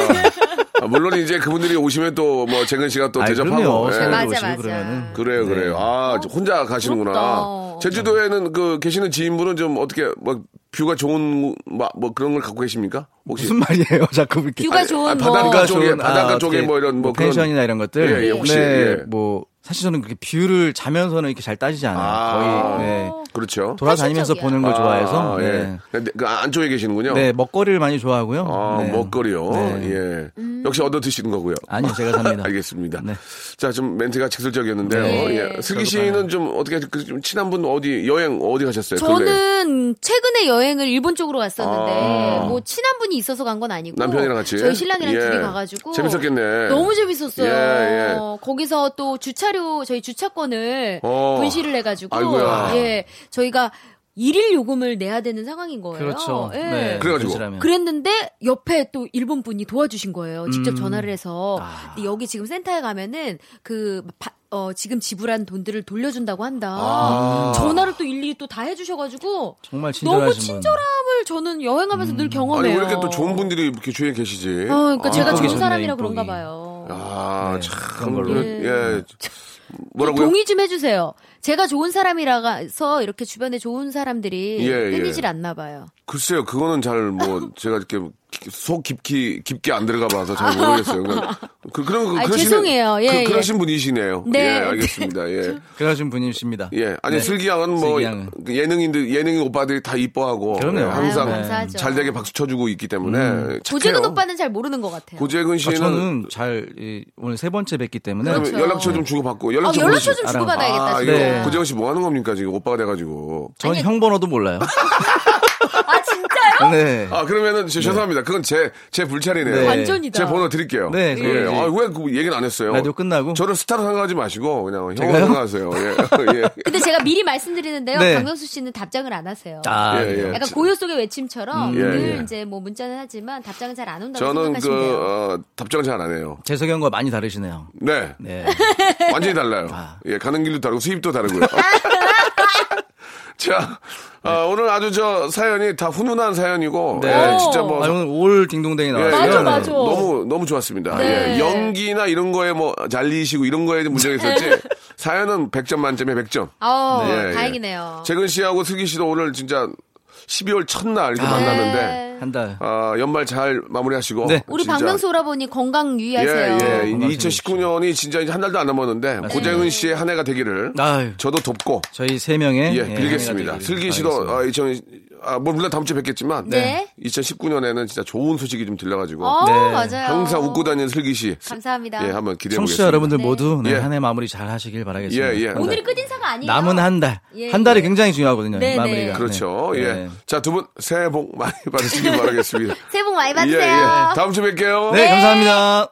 [SPEAKER 3] 아, 물론 이제 그분들이 오시면 또 뭐 쟁근 씨가 또
[SPEAKER 6] 아이,
[SPEAKER 3] 대접하고.
[SPEAKER 6] 그럼요. 네.
[SPEAKER 3] 예.
[SPEAKER 6] 생일도
[SPEAKER 7] 맞아,
[SPEAKER 6] 오시고
[SPEAKER 7] 맞아.
[SPEAKER 6] 그러면은
[SPEAKER 3] 그래요, 그래요. 아, 저 혼자 가시는구나.
[SPEAKER 11] 어, 부럽다.
[SPEAKER 3] 제주도에는 그 계시는 지인분은 좀 어떻게 뭐 뷰가 좋은 뭐, 뭐 그런 걸 갖고 계십니까? 혹시
[SPEAKER 6] 무슨 말이에요? 자꾸 이렇게
[SPEAKER 11] 뷰가 좋은
[SPEAKER 3] 아,
[SPEAKER 11] 뭐
[SPEAKER 3] 바닷가
[SPEAKER 6] 뷰가
[SPEAKER 3] 쪽에
[SPEAKER 6] 좋은,
[SPEAKER 3] 바닷가
[SPEAKER 6] 아,
[SPEAKER 3] 쪽에
[SPEAKER 6] 어떻게
[SPEAKER 3] 뭐 이런 뭐 그런
[SPEAKER 6] 펜션이나 이런 것들.
[SPEAKER 3] 예, 예, 혹시,
[SPEAKER 6] 네,
[SPEAKER 3] 예.
[SPEAKER 6] 뭐 사실 저는 그렇게 뷰를 자면서는 이렇게 잘 따지지 않아요.
[SPEAKER 3] 아.
[SPEAKER 6] 거의 네.
[SPEAKER 3] 그렇죠.
[SPEAKER 6] 돌아다니면서
[SPEAKER 7] 현실적이야.
[SPEAKER 6] 보는 걸 좋아해서
[SPEAKER 3] 아,
[SPEAKER 6] 네.
[SPEAKER 3] 예. 근데 그 안쪽에 계시는군요.
[SPEAKER 6] 네, 먹거리를 많이 좋아하고요.
[SPEAKER 3] 아,
[SPEAKER 6] 네.
[SPEAKER 3] 먹거리요.
[SPEAKER 6] 네.
[SPEAKER 3] 예.
[SPEAKER 11] 음.
[SPEAKER 3] 역시 얻어 드시는 거고요.
[SPEAKER 6] 아니요, 제가 삽니다.
[SPEAKER 3] 알겠습니다.
[SPEAKER 6] 네.
[SPEAKER 3] 자, 좀 멘트가 직설적이었는데요.
[SPEAKER 11] 네.
[SPEAKER 3] 예. 슬기 씨는 좀 어떻게 그좀 친한 분 어디 여행 어디 가셨어요? 근래
[SPEAKER 7] 저는 뭐 최근에 여행을 일본 쪽으로 갔었는데
[SPEAKER 3] 아.
[SPEAKER 7] 뭐 친한 분이 있어서 간 건 아니고
[SPEAKER 3] 남편이랑 같이
[SPEAKER 7] 저희 신랑이랑
[SPEAKER 3] 예.
[SPEAKER 7] 둘이 가가지고
[SPEAKER 3] 재밌었겠네.
[SPEAKER 7] 너무 재밌었어요.
[SPEAKER 3] 예, 예.
[SPEAKER 7] 거기서 또 주차료 저희 주차권을
[SPEAKER 3] 어.
[SPEAKER 7] 분실을 해가지고
[SPEAKER 3] 아이고야.
[SPEAKER 7] 예 저희가 일일 요금을 내야 되는 상황인 거예요.
[SPEAKER 6] 그렇죠.
[SPEAKER 7] 예.
[SPEAKER 6] 네.
[SPEAKER 3] 그래가지고.
[SPEAKER 6] 도시라면.
[SPEAKER 7] 그랬는데 옆에 또 일본 분이 도와주신 거예요. 직접
[SPEAKER 6] 음.
[SPEAKER 7] 전화를 해서
[SPEAKER 6] 아.
[SPEAKER 7] 근데 여기 지금 센터에 가면은 그 바- 어, 지금 지불한 돈들을 돌려준다고 한다.
[SPEAKER 3] 아.
[SPEAKER 7] 전화를 또 일일이 또 다 해주셔가지고
[SPEAKER 6] 정말 친절하신
[SPEAKER 7] 너무
[SPEAKER 6] 분. 음.
[SPEAKER 7] 친절함을 저는 여행하면서 늘
[SPEAKER 3] 아니
[SPEAKER 7] 경험해요.
[SPEAKER 3] 왜 이렇게 또 좋은 아. 분들이 이렇게 주위에 계시지?
[SPEAKER 7] 어, 그러니까 제가
[SPEAKER 6] 인복이
[SPEAKER 7] 좋은
[SPEAKER 6] 좋네,
[SPEAKER 7] 사람이라
[SPEAKER 6] 인복이.
[SPEAKER 7] 그런가 봐요.
[SPEAKER 3] 아, 참.
[SPEAKER 6] 네, 그런 걸로.
[SPEAKER 3] 그, 예. 뭐라고요?
[SPEAKER 7] 동의 좀 해주세요. 제가 좋은 사람이라서 이렇게 주변에 좋은 사람들이
[SPEAKER 3] 예,
[SPEAKER 7] 끊이질
[SPEAKER 3] 예.
[SPEAKER 7] 않나 봐요.
[SPEAKER 3] 글쎄요, 그거는 잘 뭐 제가 이렇게 속 깊이 깊게 안 들어가 봐서 잘 모르겠어요. 그냥 그, 그런 그,
[SPEAKER 7] 아,
[SPEAKER 3] 그러시는-
[SPEAKER 7] 죄송해요. 예,
[SPEAKER 3] 그,
[SPEAKER 7] 예.
[SPEAKER 3] 그러신 분이시네요.
[SPEAKER 7] 네.
[SPEAKER 3] 예, 알겠습니다. 예.
[SPEAKER 6] 그러신 분이십니다.
[SPEAKER 3] 예. 아니,
[SPEAKER 6] 네.
[SPEAKER 3] 슬기 양은 뭐,
[SPEAKER 6] 슬기 양은.
[SPEAKER 3] 그 예능인들, 예능인 오빠들이 다 이뻐하고.
[SPEAKER 6] 그럼요.
[SPEAKER 3] 예,
[SPEAKER 6] 음.
[SPEAKER 3] 항상
[SPEAKER 7] 아유, 감사하죠.
[SPEAKER 3] 잘되게 박수 쳐주고 있기 때문에. 착해요.
[SPEAKER 7] 고재근 오빠는 잘 모르는 것 같아요.
[SPEAKER 3] 고재근
[SPEAKER 6] 아,
[SPEAKER 3] 씨는.
[SPEAKER 6] 저는 잘 이, 오늘 세 번째 뵙기 때문에
[SPEAKER 3] 그다음에 연락처 좀 주고받고.
[SPEAKER 7] 그렇죠. 아,
[SPEAKER 3] 연락처,
[SPEAKER 7] 연락처
[SPEAKER 3] 보내주-
[SPEAKER 7] 좀
[SPEAKER 6] 알아요.
[SPEAKER 7] 주고받아야겠다.
[SPEAKER 3] 아, 이거
[SPEAKER 7] 진짜.
[SPEAKER 6] 네.
[SPEAKER 3] 고재근 씨 뭐 하는 겁니까? 지금 오빠가 돼가지고.
[SPEAKER 6] 전 형번호도 몰라요.
[SPEAKER 7] 아 진짜요?
[SPEAKER 6] 네.
[SPEAKER 3] 아, 그러면은 제- 죄송합니다. 그건 제, 제 불찰이네요.
[SPEAKER 6] 네.
[SPEAKER 7] 완전이다.
[SPEAKER 3] 제 번호 드릴게요.
[SPEAKER 6] 네, 그거
[SPEAKER 3] 예.
[SPEAKER 6] 이제-
[SPEAKER 3] 아, 왜그 얘기는 안 했어요?
[SPEAKER 6] 라디오 끝나고
[SPEAKER 3] 저를 스타로 생각하지 마시고, 그냥 형으로
[SPEAKER 6] 제가요?
[SPEAKER 3] 생각하세요. 예. 예.
[SPEAKER 7] 근데 제가 미리 말씀드리는데요.
[SPEAKER 6] 네.
[SPEAKER 7] 박명수 씨는 답장을 안 하세요.
[SPEAKER 6] 아,
[SPEAKER 3] 예, 예.
[SPEAKER 7] 약간 고요 속의 외침처럼
[SPEAKER 3] 예,
[SPEAKER 7] 늘
[SPEAKER 3] 예.
[SPEAKER 7] 이제 뭐 문자는 하지만 답장은 잘 안 온다고
[SPEAKER 3] 저는 그,
[SPEAKER 7] 생각하시면 돼요.
[SPEAKER 3] 어, 답장 잘 안 해요.
[SPEAKER 6] 재석이 형과 많이 다르시네요.
[SPEAKER 3] 네.
[SPEAKER 6] 네.
[SPEAKER 3] 완전히 달라요. 예, 가는 길도 다르고 수입도 다르고요. 자, 아, 오늘 아주 저 사연이 다 훈훈한 사연이고,
[SPEAKER 6] 네.
[SPEAKER 3] 예, 진짜 뭐.
[SPEAKER 6] 아, 오늘 올 딩동댕이
[SPEAKER 3] 예,
[SPEAKER 6] 나왔어요.
[SPEAKER 3] 예,
[SPEAKER 7] 맞아, 맞아.
[SPEAKER 3] 너무 너무 좋았습니다. 예, 연기나 이런 거에 뭐 잘리시고 이런 거에 문제가 있었지. 사연은 100점 만점에 100점.
[SPEAKER 7] 어,
[SPEAKER 3] 예, 예.
[SPEAKER 7] 다행이네요.
[SPEAKER 3] 재근 씨하고 슬기 씨도 오늘 진짜 12월 첫날 이렇게 만났는데
[SPEAKER 7] 네.
[SPEAKER 6] 한 달.
[SPEAKER 3] 아, 연말 잘 마무리하시고
[SPEAKER 6] 네.
[SPEAKER 7] 우리
[SPEAKER 3] 진짜
[SPEAKER 7] 박명수 오라버니 건강 유의하세요.
[SPEAKER 3] 예, 예.
[SPEAKER 6] 건강
[SPEAKER 3] 2019년이 진짜 이제 한 달도 안 남았는데 고재근 씨의 한 해가 되기를
[SPEAKER 6] 아유.
[SPEAKER 3] 저도 돕고
[SPEAKER 6] 저희 세 명의
[SPEAKER 3] 예,
[SPEAKER 6] 예,
[SPEAKER 3] 빌겠습니다.
[SPEAKER 6] 행위가
[SPEAKER 3] 슬기
[SPEAKER 6] 되기를
[SPEAKER 3] 씨도
[SPEAKER 6] 바라겠습니다.
[SPEAKER 3] 아, 2000, 아, 뭐 물론 다음 주에 뵙겠지만
[SPEAKER 7] 네.
[SPEAKER 3] 2019년에는 진짜 좋은 소식이 좀 들려가지고
[SPEAKER 7] 어,
[SPEAKER 6] 네.
[SPEAKER 7] 맞아요.
[SPEAKER 3] 항상 웃고 다니는 슬기 씨
[SPEAKER 7] 감사합니다.
[SPEAKER 3] 예, 한번 기대해 보겠습니다.
[SPEAKER 6] 청취자 여러분들 모두
[SPEAKER 3] 예.
[SPEAKER 6] 네, 한해 마무리 잘 하시길 바라겠습니다.
[SPEAKER 3] 예, 예.
[SPEAKER 6] 한 달.
[SPEAKER 7] 오늘이 끝인사가 아니에요.
[SPEAKER 6] 남은 한 달.
[SPEAKER 7] 예,
[SPEAKER 6] 한 달이 굉장히 중요하거든요.
[SPEAKER 7] 네, 네.
[SPEAKER 6] 마무리가.
[SPEAKER 3] 그렇죠.
[SPEAKER 6] 네.
[SPEAKER 3] 예.
[SPEAKER 6] 네.
[SPEAKER 3] 자, 두 분 새해 복 많이 받으시길 바라겠습니다.
[SPEAKER 7] 새해 복 많이
[SPEAKER 3] 예,
[SPEAKER 7] 받으세요.
[SPEAKER 3] 예. 다음 주에 뵐게요.
[SPEAKER 6] 네, 감사합니다.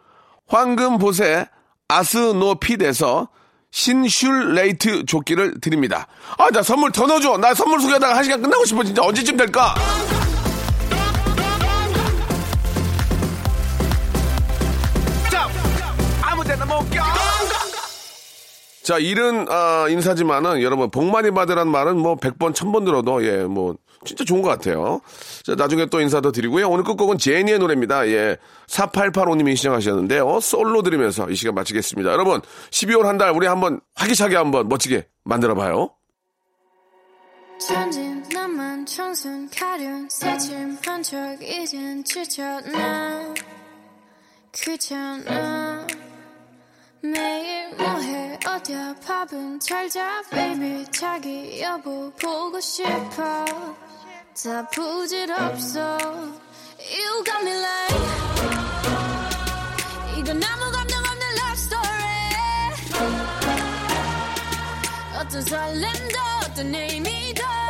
[SPEAKER 3] 황금보세 아스노핏에서 신슐레이트 조끼를 드립니다. 아, 나 선물 더 넣어줘. 나 선물 소개하다가 한 시간 끝나고 싶어. 진짜 언제쯤 될까? 자, 일은, 아, 인사지만은, 여러분, 복 많이 받으라는 말은 뭐, 100번, 1000번 들어도, 예, 뭐, 진짜 좋은 것 같아요. 자, 나중에 또 인사도 드리고요. 오늘 끝곡은 제니의 노래입니다. 예, 4885님이 시청하셨는데요. 솔로 들으면서 이 시간 마치겠습니다. 여러분, 12월 한 달 우리 한번 화기차게 한번 멋지게 만들어봐요.
[SPEAKER 9] 천진 남만 청순 가련 새침 한척 이젠 지쳤나 귀찮아 매일 뭐해 어디야 밥은 잘자 baby 자기 여보 보고 싶어 다 부질없어 You got me like 이건 아무 감정 없는 love story 어떤 설렘도 어떤 의미도